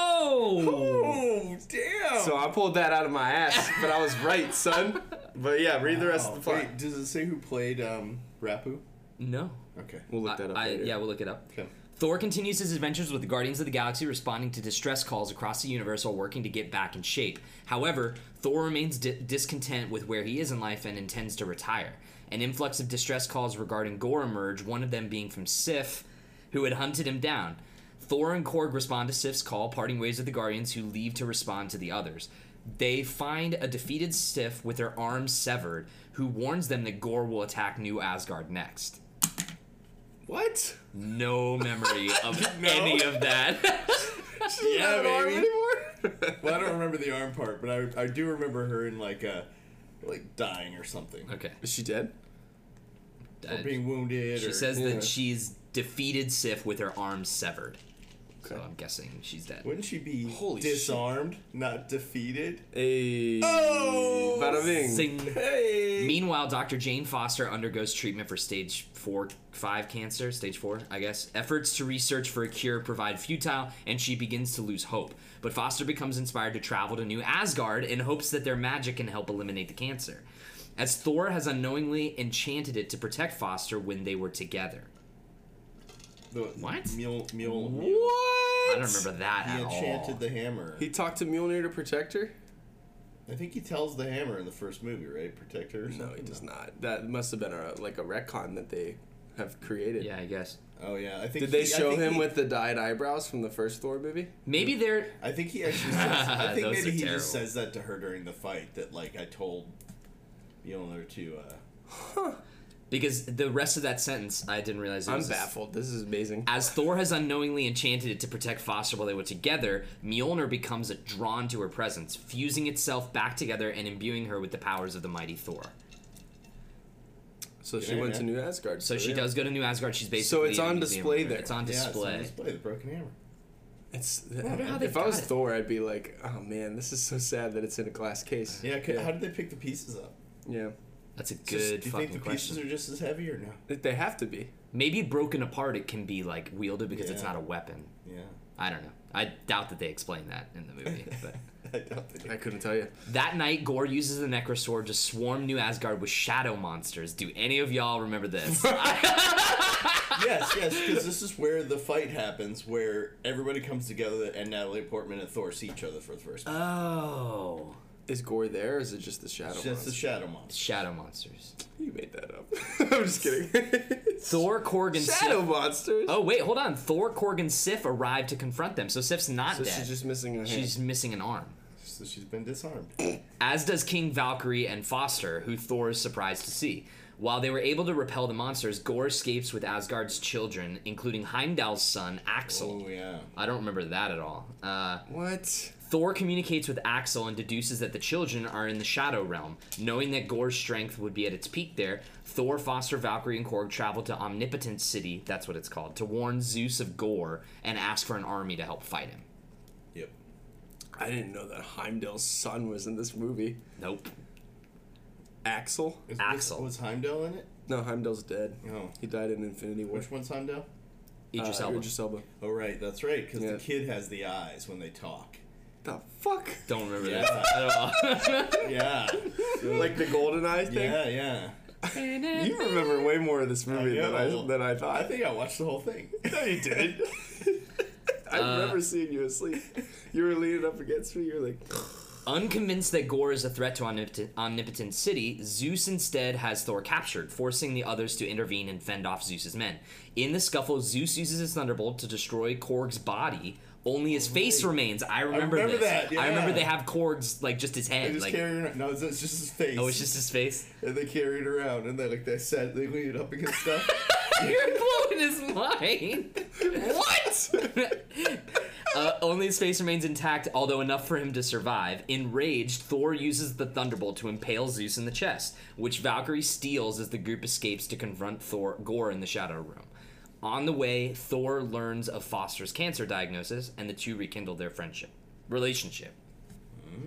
Speaker 3: Oh, damn!
Speaker 2: So I pulled that out of my ass, but I was right, son. But yeah, read the
Speaker 1: oh,
Speaker 2: rest of the plot.
Speaker 3: Wow. Oh, Wait, does it say who played um, Rapu?
Speaker 1: No.
Speaker 3: Okay.
Speaker 2: We'll look
Speaker 1: I-
Speaker 2: that up
Speaker 1: I-
Speaker 2: later.
Speaker 1: yeah, we'll look it up.
Speaker 3: Okay.
Speaker 1: Thor continues his adventures with the Guardians of the Galaxy, responding to distress calls across the universe while working to get back in shape. However, Thor remains di- discontent with where he is in life and intends to retire. An influx of distress calls regarding Gore emerge, one of them being from Sif, who had hunted him down. Thor and Korg respond to Sif's call, parting ways with the Guardians, who leave to respond to the others. They find a defeated Sif with her arms severed, who warns them that Gore will attack New Asgard next
Speaker 2: What?
Speaker 1: no memory of any of that.
Speaker 3: Yeah, baby.
Speaker 2: anymore?
Speaker 3: Well, I don't remember the arm part, but I, I do remember her in like a like dying or something,
Speaker 1: okay.
Speaker 2: Is she dead?
Speaker 1: Uh,
Speaker 3: or being wounded.
Speaker 1: she
Speaker 3: or,
Speaker 1: says
Speaker 2: yeah.
Speaker 1: that she's defeated Sif with her arms severed. So I'm guessing she's dead.
Speaker 3: "Wouldn't she be
Speaker 2: Holy shit.
Speaker 3: disarmed, not defeated?"
Speaker 2: Hey.
Speaker 3: Oh!
Speaker 2: Bada bing.
Speaker 1: Zing.
Speaker 3: Hey.
Speaker 1: Meanwhile, Dr. Jane Foster undergoes treatment for stage 4 5 cancer, stage 4, I guess. Efforts to research for a cure provide futile, and she begins to lose hope. But Foster becomes inspired to travel to New Asgard in hopes that their magic can help eliminate the cancer, as Thor has unknowingly enchanted it to protect Foster when they were together.
Speaker 3: The,
Speaker 1: What?
Speaker 3: Mule, mule,
Speaker 2: What?
Speaker 3: mule.
Speaker 1: I don't remember that
Speaker 3: He
Speaker 1: at
Speaker 3: enchanted
Speaker 1: all.
Speaker 3: the hammer.
Speaker 2: He talked to Mjolnir to protect her?
Speaker 3: I think he tells the hammer in the first movie, right? Protect her. or
Speaker 2: No, he
Speaker 3: something?
Speaker 2: does not. That must have been a, like a retcon that they have created.
Speaker 1: yeah, I guess.
Speaker 3: Oh yeah, I think.
Speaker 2: Did they
Speaker 3: he- I
Speaker 2: show
Speaker 3: think
Speaker 2: him
Speaker 3: he-
Speaker 2: with the dyed eyebrows from the first Thor movie?
Speaker 1: Maybe they're
Speaker 3: I think he actually. Says, I think
Speaker 1: Those
Speaker 3: maybe
Speaker 1: are
Speaker 3: he
Speaker 1: terrible.
Speaker 3: just says that to her during the fight. That like I told Mjolnir to. Uh,
Speaker 1: because the rest of that sentence I didn't realize. It
Speaker 2: I'm
Speaker 1: was a-
Speaker 2: baffled. This is amazing.
Speaker 1: As Thor has unknowingly enchanted it to protect Foster while they were together, Mjolnir becomes drawn to her presence, fusing itself back together and imbuing her with the powers of the mighty Thor.
Speaker 2: So she
Speaker 3: Yeah,
Speaker 2: went
Speaker 3: yeah.
Speaker 2: to New Asgard.
Speaker 1: So she
Speaker 2: yeah.
Speaker 1: does go to New Asgard. She's basically
Speaker 2: So it's
Speaker 1: in a
Speaker 2: on
Speaker 1: museum
Speaker 2: display
Speaker 1: over
Speaker 2: there.
Speaker 1: It's on
Speaker 3: yeah, it's
Speaker 1: display.
Speaker 3: on display. The broken hammer.
Speaker 2: It's
Speaker 1: wonder how they
Speaker 2: if I was
Speaker 1: got it.
Speaker 2: Thor, I'd be like, oh man, this is so sad that it's in a glass case.
Speaker 3: Yeah, c how did they pick the pieces up?
Speaker 2: Yeah,
Speaker 1: That's a
Speaker 3: Just-
Speaker 1: good
Speaker 3: do you
Speaker 1: fucking
Speaker 3: think the
Speaker 1: question.
Speaker 3: pieces are just as heavy or no?
Speaker 2: They- they have to be.
Speaker 1: Maybe broken apart, it can be like wielded because it's
Speaker 3: Yeah.
Speaker 1: not a weapon.
Speaker 3: Yeah.
Speaker 1: I don't know. I doubt that they explain that in the movie, but.
Speaker 3: I doubt they do.
Speaker 2: I couldn't tell you.
Speaker 1: That night, Gore uses the Necrosword to swarm New Asgard with shadow monsters. Do any of y'all remember this?
Speaker 3: yes, yes, because this is where the fight happens, where everybody comes together and Natalie Portman and Thor see each other for the first time.
Speaker 1: oh.
Speaker 2: Is Gore there, or is it just the shadow?
Speaker 3: It's just the
Speaker 2: monster?
Speaker 3: shadow monster.
Speaker 1: Shadow monsters.
Speaker 2: you made that up. I'm just kidding.
Speaker 1: Thor, Korg, and
Speaker 2: shadow
Speaker 1: Sif.
Speaker 2: monsters.
Speaker 1: Oh, wait, hold on. Thor, Korg, and Sif arrive to confront them, so Sif's not
Speaker 2: so
Speaker 1: dead.
Speaker 2: she's just missing a hand.
Speaker 1: She's missing an arm.
Speaker 3: So she's been disarmed.
Speaker 1: As does King Valkyrie and Foster, who Thor is surprised to see. While they were able to repel the monsters, Gore escapes with Asgard's children, including Heimdall's son, Axel.
Speaker 3: Oh yeah.
Speaker 1: I don't remember that at all. Uh,
Speaker 2: what?
Speaker 1: Thor communicates with Axel and deduces that the children are in the Shadow Realm. Knowing that Gore's strength would be at its peak there, Thor, Foster, Valkyrie, and Korg travel to Omnipotent City, that's what it's called, to warn Zeus of Gore and ask for an army to help fight him.
Speaker 3: Yep.
Speaker 2: I didn't know that Heimdall's son was in this movie.
Speaker 1: Nope.
Speaker 2: Axel?
Speaker 3: Is- was-
Speaker 1: Axel.
Speaker 3: Was Heimdall in it?
Speaker 2: No, Heimdall's dead.
Speaker 3: No.
Speaker 2: He died in Infinity War.
Speaker 3: Which one's Heimdall?
Speaker 1: Idris
Speaker 2: Uh,
Speaker 1: Elba.
Speaker 2: Idris Elba.
Speaker 3: Oh right, that's right, because
Speaker 2: Yeah.
Speaker 3: the kid has the eyes when they talk.
Speaker 2: The fuck?
Speaker 1: Don't remember
Speaker 3: Yeah.
Speaker 1: that at all.
Speaker 3: Yeah.
Speaker 2: like the golden eye thing?
Speaker 3: yeah, yeah.
Speaker 2: You remember way more of this movie than I,
Speaker 3: know.
Speaker 2: than I
Speaker 3: I
Speaker 2: thought.
Speaker 3: think I watched the whole thing.
Speaker 2: No, you did.
Speaker 1: Uh,
Speaker 2: I remember seeing you asleep. You were leaning up against me. You were like,
Speaker 1: Unconvinced that Gore is a threat to omnipotent, omnipotent City, Zeus instead has Thor captured, forcing the others to intervene and fend off Zeus's men. In the scuffle, Zeus uses his thunderbolt to destroy Korg's body. Only his face remains. I remember,
Speaker 3: remember
Speaker 1: this.
Speaker 3: that,
Speaker 1: I remember
Speaker 3: yeah.
Speaker 1: they have Korg's like just his
Speaker 3: They
Speaker 1: head.
Speaker 3: just
Speaker 1: Like
Speaker 3: carry it. No, it's, it's just his face.
Speaker 1: oh, it's just his face.
Speaker 3: and they carry it around, and they like they set, they lean it up against stuff.
Speaker 1: You're blowing his mind. what? uh, only his face remains intact, although enough for him to survive. Enraged, Thor uses the thunderbolt to impale Zeus in the chest, which Valkyrie steals as the group escapes to confront Thor Gore in the Shadow Room. On the way, Thor learns of Foster's cancer diagnosis, and the two rekindle their friendship relationship.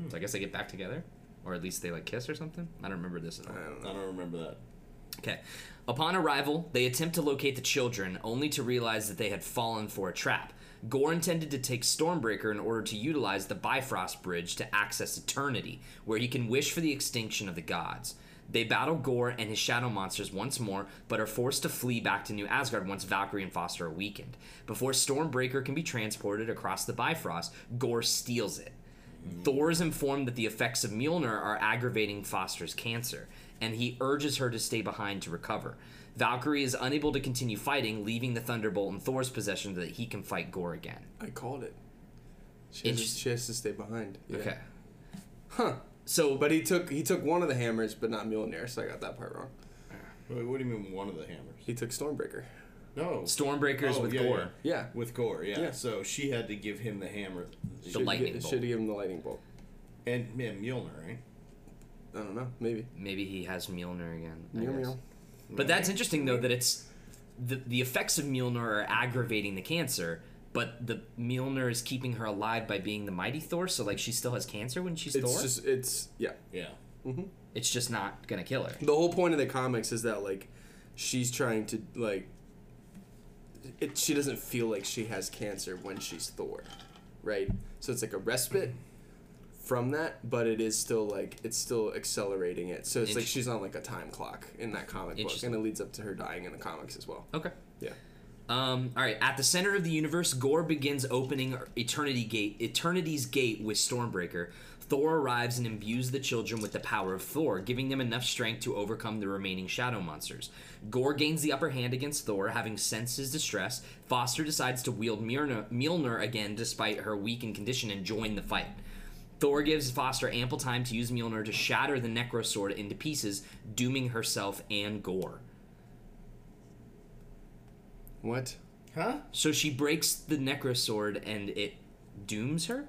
Speaker 1: So I guess they get back together, or at least they like kiss or something. I don't remember this at all.
Speaker 2: I don't know.
Speaker 3: I don't remember that.
Speaker 1: Okay. Upon arrival, they attempt to locate the children, only to realize that they had fallen for a trap. Gore intended to take Stormbreaker in order to utilize the Bifrost Bridge to access Eternity, where he can wish for the extinction of the gods. They battle Gore and his shadow monsters once more, but are forced to flee back to New Asgard once Valkyrie and Foster are weakened. Before Stormbreaker can be transported across the Bifrost, Gore steals it. Thor is informed that the effects of Mjolnir are aggravating Foster's cancer, and he urges her to stay behind to recover. Valkyrie is unable to continue fighting, leaving the Thunderbolt in Thor's possession so that he can fight Gore again.
Speaker 2: I called it. She has,
Speaker 1: Interesting.
Speaker 2: she has to stay behind. Yeah.
Speaker 1: Okay.
Speaker 2: Huh.
Speaker 1: So,
Speaker 2: But he took he took one of the hammers, but not Mjolnir, so I got that part wrong.
Speaker 3: Wait, what do you mean one of the hammers?
Speaker 2: He took Stormbreaker.
Speaker 3: No.
Speaker 1: Stormbreaker's
Speaker 3: Oh,
Speaker 1: with
Speaker 3: yeah,
Speaker 1: Gore.
Speaker 3: yeah.
Speaker 2: Yeah.
Speaker 3: With Gore, yeah.
Speaker 2: Yeah.
Speaker 3: So she had to give him the hammer.
Speaker 1: The lightning bolt.
Speaker 2: Should have given him the lightning bolt.
Speaker 3: And man, Mjolnir, right?
Speaker 2: I don't know. Maybe.
Speaker 1: Maybe he has Mjolnir again. I
Speaker 2: Meow,
Speaker 1: guess.
Speaker 2: meow.
Speaker 1: But that's interesting though that it's the the effects of Mjolnir are aggravating the cancer, but the Mjolnir is keeping her alive by being the mighty Thor. So like she still has cancer when she's
Speaker 2: It's
Speaker 1: Thor.
Speaker 2: just it's yeah.
Speaker 3: Yeah.
Speaker 1: it's just not gonna kill her.
Speaker 2: The whole point of the comics is that like she's trying to like it she doesn't feel like she has cancer when she's Thor. Right? So it's like a respite from that, but it is still like it's still accelerating it. So it's like
Speaker 1: Interest-
Speaker 2: she's on like a time clock in that comic book
Speaker 1: Interesting.
Speaker 2: and it leads up to her dying in the comics as well.
Speaker 1: Okay.
Speaker 2: Yeah.
Speaker 1: Um, all right. At the center of the universe, Gore begins opening Eternity Gate, Eternity's Gate with Stormbreaker. Thor arrives and imbues the children with the power of Thor, giving them enough strength to overcome the remaining shadow monsters. Gore gains the upper hand against Thor, having sensed his distress. Foster decides to wield Mjolnir, Mjolnir again, despite her weakened condition, and join the fight. Thor gives Foster ample time to use Mjolnir to shatter the Necro Sword into pieces, dooming herself and Gore.
Speaker 2: What?
Speaker 3: Huh?
Speaker 1: So she breaks the necro sword and it dooms her?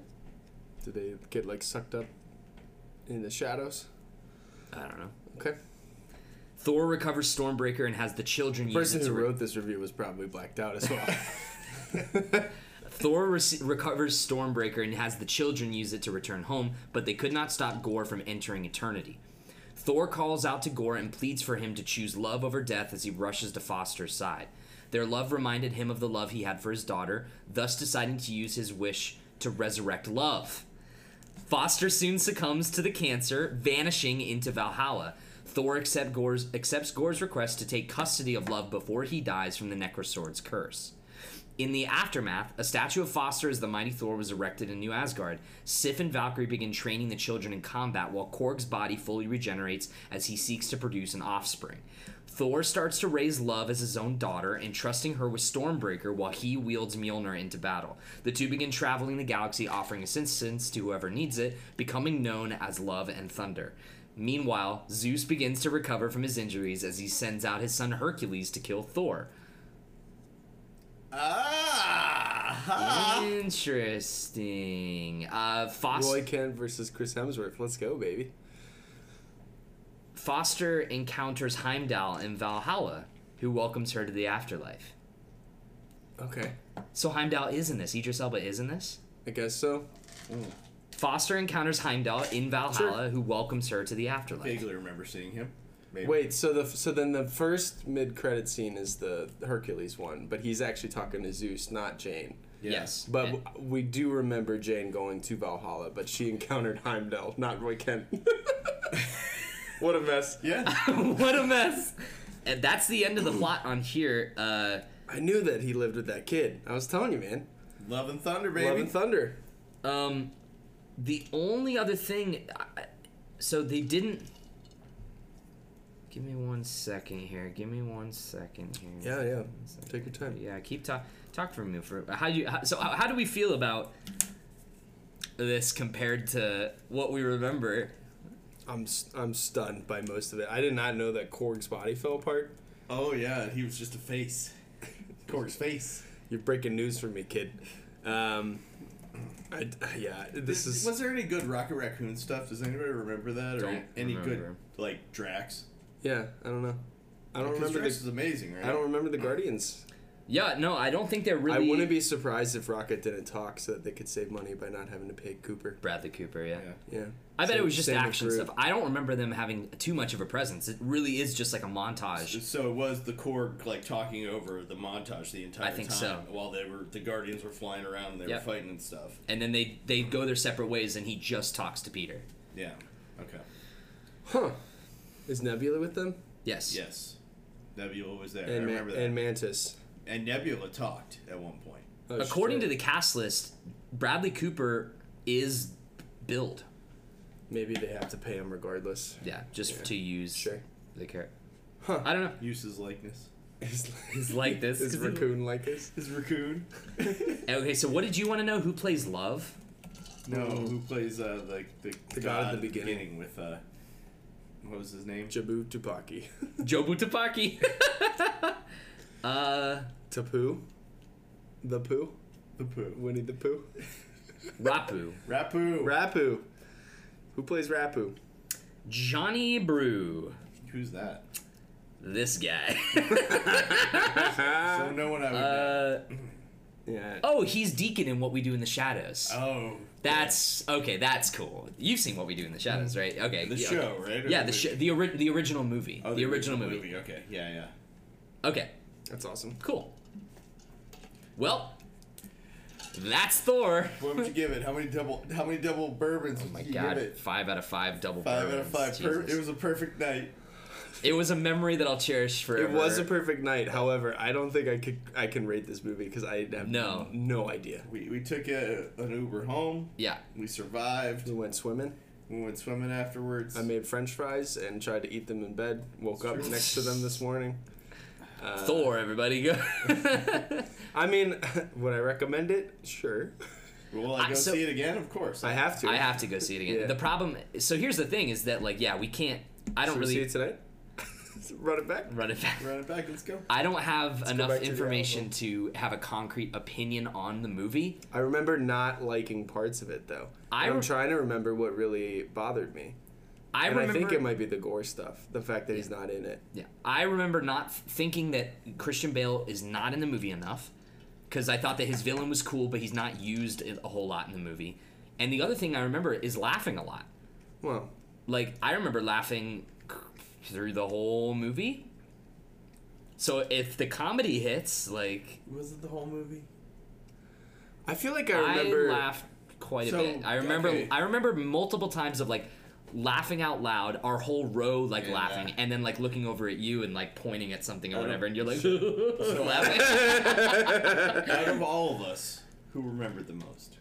Speaker 2: Do they get like sucked up in the shadows?
Speaker 1: I don't know.
Speaker 2: Okay.
Speaker 1: Thor recovers Stormbreaker and has the children
Speaker 2: The
Speaker 1: use
Speaker 2: person
Speaker 1: it
Speaker 2: who
Speaker 1: to re-
Speaker 2: wrote this review was probably blacked out as well.
Speaker 1: Thor rec- recovers Stormbreaker and has the children use it to return home, but they could not stop Gore from entering eternity. Thor calls out to Gore and pleads for him to choose love over death as he rushes to Foster's side. Their love reminded him of the love he had for his daughter, thus deciding to use his wish to resurrect love. Foster soon succumbs to the cancer, vanishing into Valhalla. Thor accept Gore's, accepts Gore's request to take custody of Love before he dies from the Necrosword's curse. In the aftermath, a statue of Foster as the mighty Thor was erected in New Asgard. Sif and Valkyrie begin training the children in combat while Korg's body fully regenerates as he seeks to produce an offspring. Thor starts to raise Love as his own daughter, entrusting her with Stormbreaker while he wields Mjolnir into battle. The two begin traveling the galaxy, offering assistance to whoever needs it, becoming known as Love and Thunder. Meanwhile, Zeus begins to recover from his injuries as he sends out his son Hercules to kill Thor.
Speaker 3: Ah! ha.
Speaker 1: Interesting. Uh, Foster.
Speaker 2: Roy Kent versus Chris Hemsworth. Let's go, baby.
Speaker 1: Foster encounters Heimdall in Valhalla, who welcomes her to the afterlife.
Speaker 2: Okay.
Speaker 1: So Heimdall is in this. Idris Elba is in this.
Speaker 2: I guess so.
Speaker 1: Foster encounters Heimdall in Valhalla, who welcomes her to the afterlife.
Speaker 3: Vaguely remember seeing him. Maybe.
Speaker 2: Wait, so the so then the first mid credit scene is the Hercules one, but he's actually talking to Zeus, not Jane.
Speaker 3: Yeah.
Speaker 1: Yes,
Speaker 2: But
Speaker 1: And-
Speaker 2: w- we do remember Jane going to Valhalla, but she encountered Heimdall, not Roy Kent. what a mess!
Speaker 3: Yeah.
Speaker 1: what a mess. And that's the end of the plot on here. Uh,
Speaker 2: I knew that he lived with that kid. I was telling you, man.
Speaker 3: Love and Thunder, baby.
Speaker 2: Love and Thunder.
Speaker 1: um, The only other thing, I- so they didn't. Give me one second here. Give me one second here.
Speaker 2: Yeah, yeah.
Speaker 1: One second.
Speaker 2: Take your time.
Speaker 1: Yeah, keep talk talk for me for how do you how, so how, how do we feel about this compared to what we remember?
Speaker 2: I'm s- I'm stunned by most of it. I did not know that Korg's body fell apart.
Speaker 3: Oh yeah, he was just a face. Korg's face.
Speaker 2: You're breaking news for me, kid. Um, I, yeah, this is.
Speaker 3: Was there any good Rocket Raccoon stuff? Does anybody remember that? Or
Speaker 1: Don't
Speaker 3: any
Speaker 1: remember.
Speaker 3: good like Drax?
Speaker 2: Yeah, I don't know. I don't
Speaker 3: Because
Speaker 2: remember
Speaker 3: Drax
Speaker 2: the.
Speaker 3: is amazing, right?
Speaker 2: I don't remember the Guardians.
Speaker 1: Yeah, no, I don't think they're really.
Speaker 2: I wouldn't be surprised if Rocket didn't talk so that they could save money by not having to pay Cooper.
Speaker 1: Bradley Cooper. Yeah,
Speaker 3: Yeah.
Speaker 2: Yeah.
Speaker 1: I bet
Speaker 2: Same-
Speaker 1: it was just
Speaker 2: same with
Speaker 1: action
Speaker 2: Groot.
Speaker 1: stuff. I don't remember them having too much of a presence. It really is just like a montage.
Speaker 3: So it was the Korg like talking over the montage the entire
Speaker 1: I think
Speaker 3: time
Speaker 1: so.
Speaker 3: while they were the Guardians were flying around and they
Speaker 1: Yep.
Speaker 3: were fighting and stuff.
Speaker 1: And then they they go their separate ways, and he just talks to Peter.
Speaker 3: Yeah. Okay.
Speaker 2: Huh. Is Nebula with them?
Speaker 1: Yes.
Speaker 3: Yes. Nebula was there. I
Speaker 2: And, Ma-
Speaker 3: remember that.
Speaker 2: and Mantis.
Speaker 3: and Nebula talked at one point.
Speaker 2: Oh,
Speaker 1: According
Speaker 2: shit.
Speaker 1: to the cast list, Bradley Cooper is billed.
Speaker 2: Maybe they have to pay him regardless.
Speaker 1: Yeah, just
Speaker 2: Yeah.
Speaker 1: to use
Speaker 2: Sure.
Speaker 1: the character.
Speaker 2: Huh.
Speaker 1: I don't know.
Speaker 3: Uses likeness.
Speaker 2: Is
Speaker 1: like this,
Speaker 2: Is
Speaker 1: 'cause he-
Speaker 2: Raccoon like this?
Speaker 3: Is Raccoon?
Speaker 1: Okay, so what did you want to know? Who plays Love?
Speaker 3: no, who plays uh, like the,
Speaker 2: The god at the beginning.
Speaker 3: with uh, what was his name?
Speaker 2: Jabu Tupaki.
Speaker 1: Jobu Tapaki. uh,
Speaker 2: Tapu? The Pooh?
Speaker 3: the poo.
Speaker 2: Winnie the Pooh?
Speaker 1: Rapu.
Speaker 3: Rapu.
Speaker 2: Rapu. Who plays Rapu?
Speaker 1: Johnny Brew.
Speaker 3: Who's that?
Speaker 1: This guy.
Speaker 3: so no one I would. know.
Speaker 1: uh,
Speaker 2: Yeah.
Speaker 1: oh, he's Deacon in What We Do in the Shadows.
Speaker 3: Oh,
Speaker 1: That's okay. That's cool. You've seen What We Do in the Shadows, right? Okay.
Speaker 3: Mm. the
Speaker 1: yeah,
Speaker 3: show,
Speaker 1: okay.
Speaker 3: right? Or
Speaker 1: Yeah, the
Speaker 3: movie?
Speaker 1: sh- the, ori- the original movie.
Speaker 3: Oh,
Speaker 1: the, original, movie.
Speaker 3: Okay, yeah, yeah.
Speaker 1: Okay.
Speaker 2: That's awesome.
Speaker 1: Cool. Well, that's Thor.
Speaker 3: What would you give it? How many double? How many double bourbons would
Speaker 1: Oh my
Speaker 3: you
Speaker 1: God!
Speaker 3: give it?
Speaker 1: Five out of five double.
Speaker 3: Five
Speaker 1: bourbons.
Speaker 3: out of five. Per-
Speaker 1: Jesus.
Speaker 3: it was a perfect night.
Speaker 1: It was a memory that I'll cherish forever.
Speaker 2: It was a perfect night. However, I don't think I could I can rate this movie because I have
Speaker 1: No.
Speaker 2: no idea.
Speaker 3: We, we took a, an Uber home.
Speaker 1: yeah.
Speaker 3: We survived.
Speaker 2: We went swimming.
Speaker 3: We went swimming afterwards.
Speaker 2: I made French fries and tried to eat them in bed. Woke up
Speaker 3: Sure.
Speaker 2: next to them this morning. Uh,
Speaker 1: Thor, everybody go.
Speaker 2: I mean, would I recommend it? Sure.
Speaker 3: Will I
Speaker 1: I-
Speaker 3: go
Speaker 1: so-
Speaker 3: see it again? Of course.
Speaker 2: I have to.
Speaker 1: I have to go see it again.
Speaker 2: Yeah.
Speaker 1: The problem. So here's the thing: is that like, yeah, we can't. I don't
Speaker 2: Should we
Speaker 1: really
Speaker 2: see it tonight. Run it back.
Speaker 1: run it back.
Speaker 3: Run it back. Let's go.
Speaker 1: I don't have
Speaker 2: back
Speaker 1: enough
Speaker 2: to the
Speaker 1: information to have a concrete opinion on the movie.
Speaker 2: I remember not liking parts of it though.
Speaker 1: I
Speaker 2: I'm
Speaker 1: re-
Speaker 2: trying to remember what really bothered me.
Speaker 1: I
Speaker 2: and
Speaker 1: remember.
Speaker 2: I think it might be the gore stuff. The fact that he's not in it.
Speaker 1: Yeah, I remember not thinking that Christian Bale is not in the movie enough because I thought that his villain was cool, but he's not used a whole lot in the movie. And the other thing I remember is laughing a lot.
Speaker 2: Well,
Speaker 1: like I remember laughing through the whole movie. So if the comedy hits, like
Speaker 3: Was it the whole movie?
Speaker 2: I feel like
Speaker 1: I,
Speaker 2: I remember.
Speaker 1: laughed quite
Speaker 3: So,
Speaker 1: a bit. I remember
Speaker 3: okay.
Speaker 1: I remember multiple times of like laughing out loud, our whole row like
Speaker 3: Yeah.
Speaker 1: laughing, and then like looking over at you and like pointing at something or
Speaker 3: don't-
Speaker 1: whatever, and you're like laughing.
Speaker 3: Out of all of us, who remembered the most?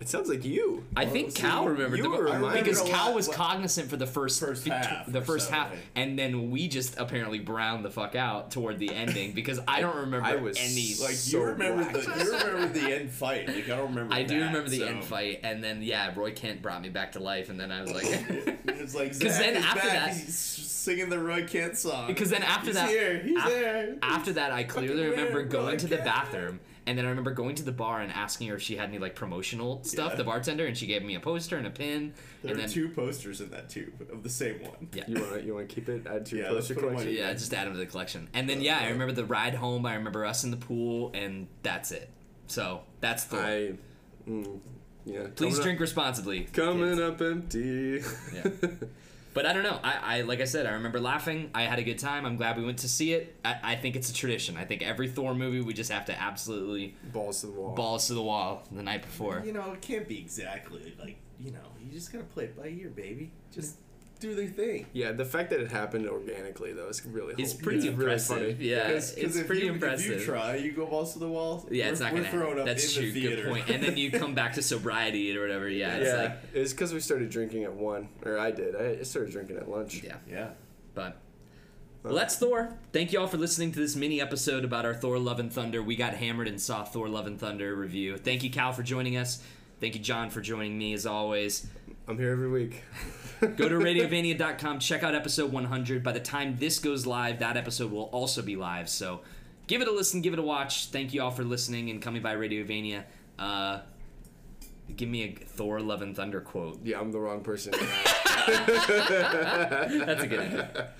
Speaker 2: It sounds like you.
Speaker 1: I think
Speaker 3: see,
Speaker 1: Cal remembered
Speaker 2: you
Speaker 1: the
Speaker 2: were reminded
Speaker 1: because
Speaker 3: a
Speaker 1: Cal
Speaker 3: lot
Speaker 1: was
Speaker 3: what-
Speaker 1: cognizant for the first
Speaker 3: First
Speaker 1: be-
Speaker 3: half
Speaker 1: the
Speaker 3: or
Speaker 1: first
Speaker 3: so,
Speaker 1: half,
Speaker 3: right.
Speaker 1: and then we just apparently browned the fuck out toward the ending because I don't remember
Speaker 2: I was
Speaker 1: any
Speaker 2: so
Speaker 3: Like
Speaker 2: So
Speaker 3: you remember
Speaker 2: whacked.
Speaker 3: the you remember the end fight. Like I don't remember.
Speaker 1: I do
Speaker 3: that,
Speaker 1: remember the
Speaker 3: so.
Speaker 1: end fight, and then yeah, Roy Kent brought me back to life, and then I was like,
Speaker 3: It's like
Speaker 1: Because
Speaker 3: Zach
Speaker 1: then
Speaker 3: is
Speaker 1: after
Speaker 3: back,
Speaker 1: that-
Speaker 3: he's singing the Roy Kent song.
Speaker 1: because then after
Speaker 3: he's
Speaker 1: that,
Speaker 3: here, he's
Speaker 1: af-
Speaker 3: there.
Speaker 1: after that, I clearly
Speaker 3: Fucking
Speaker 1: remember
Speaker 3: weird,
Speaker 1: going
Speaker 3: Roy
Speaker 1: to the
Speaker 3: Kent.
Speaker 1: bathroom, and then I remember going to the bar and asking her if she had any like promotional stuff,
Speaker 3: Yeah.
Speaker 1: the bartender, and she gave me a poster and a pin,
Speaker 3: There
Speaker 1: and
Speaker 3: are
Speaker 1: then
Speaker 3: two posters in that tube of the same one.
Speaker 1: yeah.
Speaker 2: You want you want to keep it? Add to your
Speaker 3: Yeah, let's
Speaker 2: poster
Speaker 3: put 'em on
Speaker 2: collection.
Speaker 1: Yeah, just add them to the collection. And
Speaker 3: Uh,
Speaker 1: then yeah, I remember the ride home. I remember us in the pool, and that's it. So that's the.
Speaker 2: I, mm, yeah.
Speaker 1: Please
Speaker 2: coming
Speaker 1: drink responsibly.
Speaker 2: Up, coming
Speaker 1: kids.
Speaker 2: up empty.
Speaker 1: Yeah. But I don't know. I, I like I said, I remember laughing. I had a good time. I'm glad we went to see it. I, I think it's a tradition. I think every Thor movie we just have to absolutely
Speaker 2: Balls to the wall.
Speaker 1: balls to the wall the night before.
Speaker 3: You know, it can't be exactly like you know. You just gotta play it by ear, baby. Just do their thing.
Speaker 2: Yeah, the fact that it happened organically though is really
Speaker 1: It's
Speaker 2: cool.
Speaker 1: pretty
Speaker 2: It's really
Speaker 1: impressive.
Speaker 2: funny.
Speaker 1: Yeah,
Speaker 3: 'Cause- 'cause
Speaker 1: it's
Speaker 3: if
Speaker 1: pretty
Speaker 3: you,
Speaker 1: impressive.
Speaker 3: If you try, you go balls to the wall.
Speaker 1: yeah, it's
Speaker 3: we're-
Speaker 1: not
Speaker 3: we're
Speaker 1: gonna
Speaker 3: thrown
Speaker 1: happen.
Speaker 3: up
Speaker 1: That's
Speaker 3: in
Speaker 1: true.
Speaker 3: the
Speaker 1: Good
Speaker 3: theater.
Speaker 1: point. And then you come back to sobriety or whatever. Yeah, it's
Speaker 2: yeah,
Speaker 1: like
Speaker 2: it's because we started drinking at one, or I did. I I started drinking at lunch.
Speaker 1: yeah.
Speaker 3: yeah.
Speaker 1: But well, that's Thor. Thank you all for listening to this mini episode about our Thor Love and Thunder. We got hammered and saw Thor Love and Thunder review. Thank you, Cal, for joining us. Thank you, John, for joining me as always.
Speaker 2: I'm here every week.
Speaker 1: Go to radiovania.com, check out episode 100. By the time this goes live, that episode will also be live. So give it a listen, give it a watch. Thank you all for listening and coming by Radiovania. Uh, give me a Thor Love and Thunder quote.
Speaker 2: Yeah, I'm the wrong person.
Speaker 1: That's a good idea.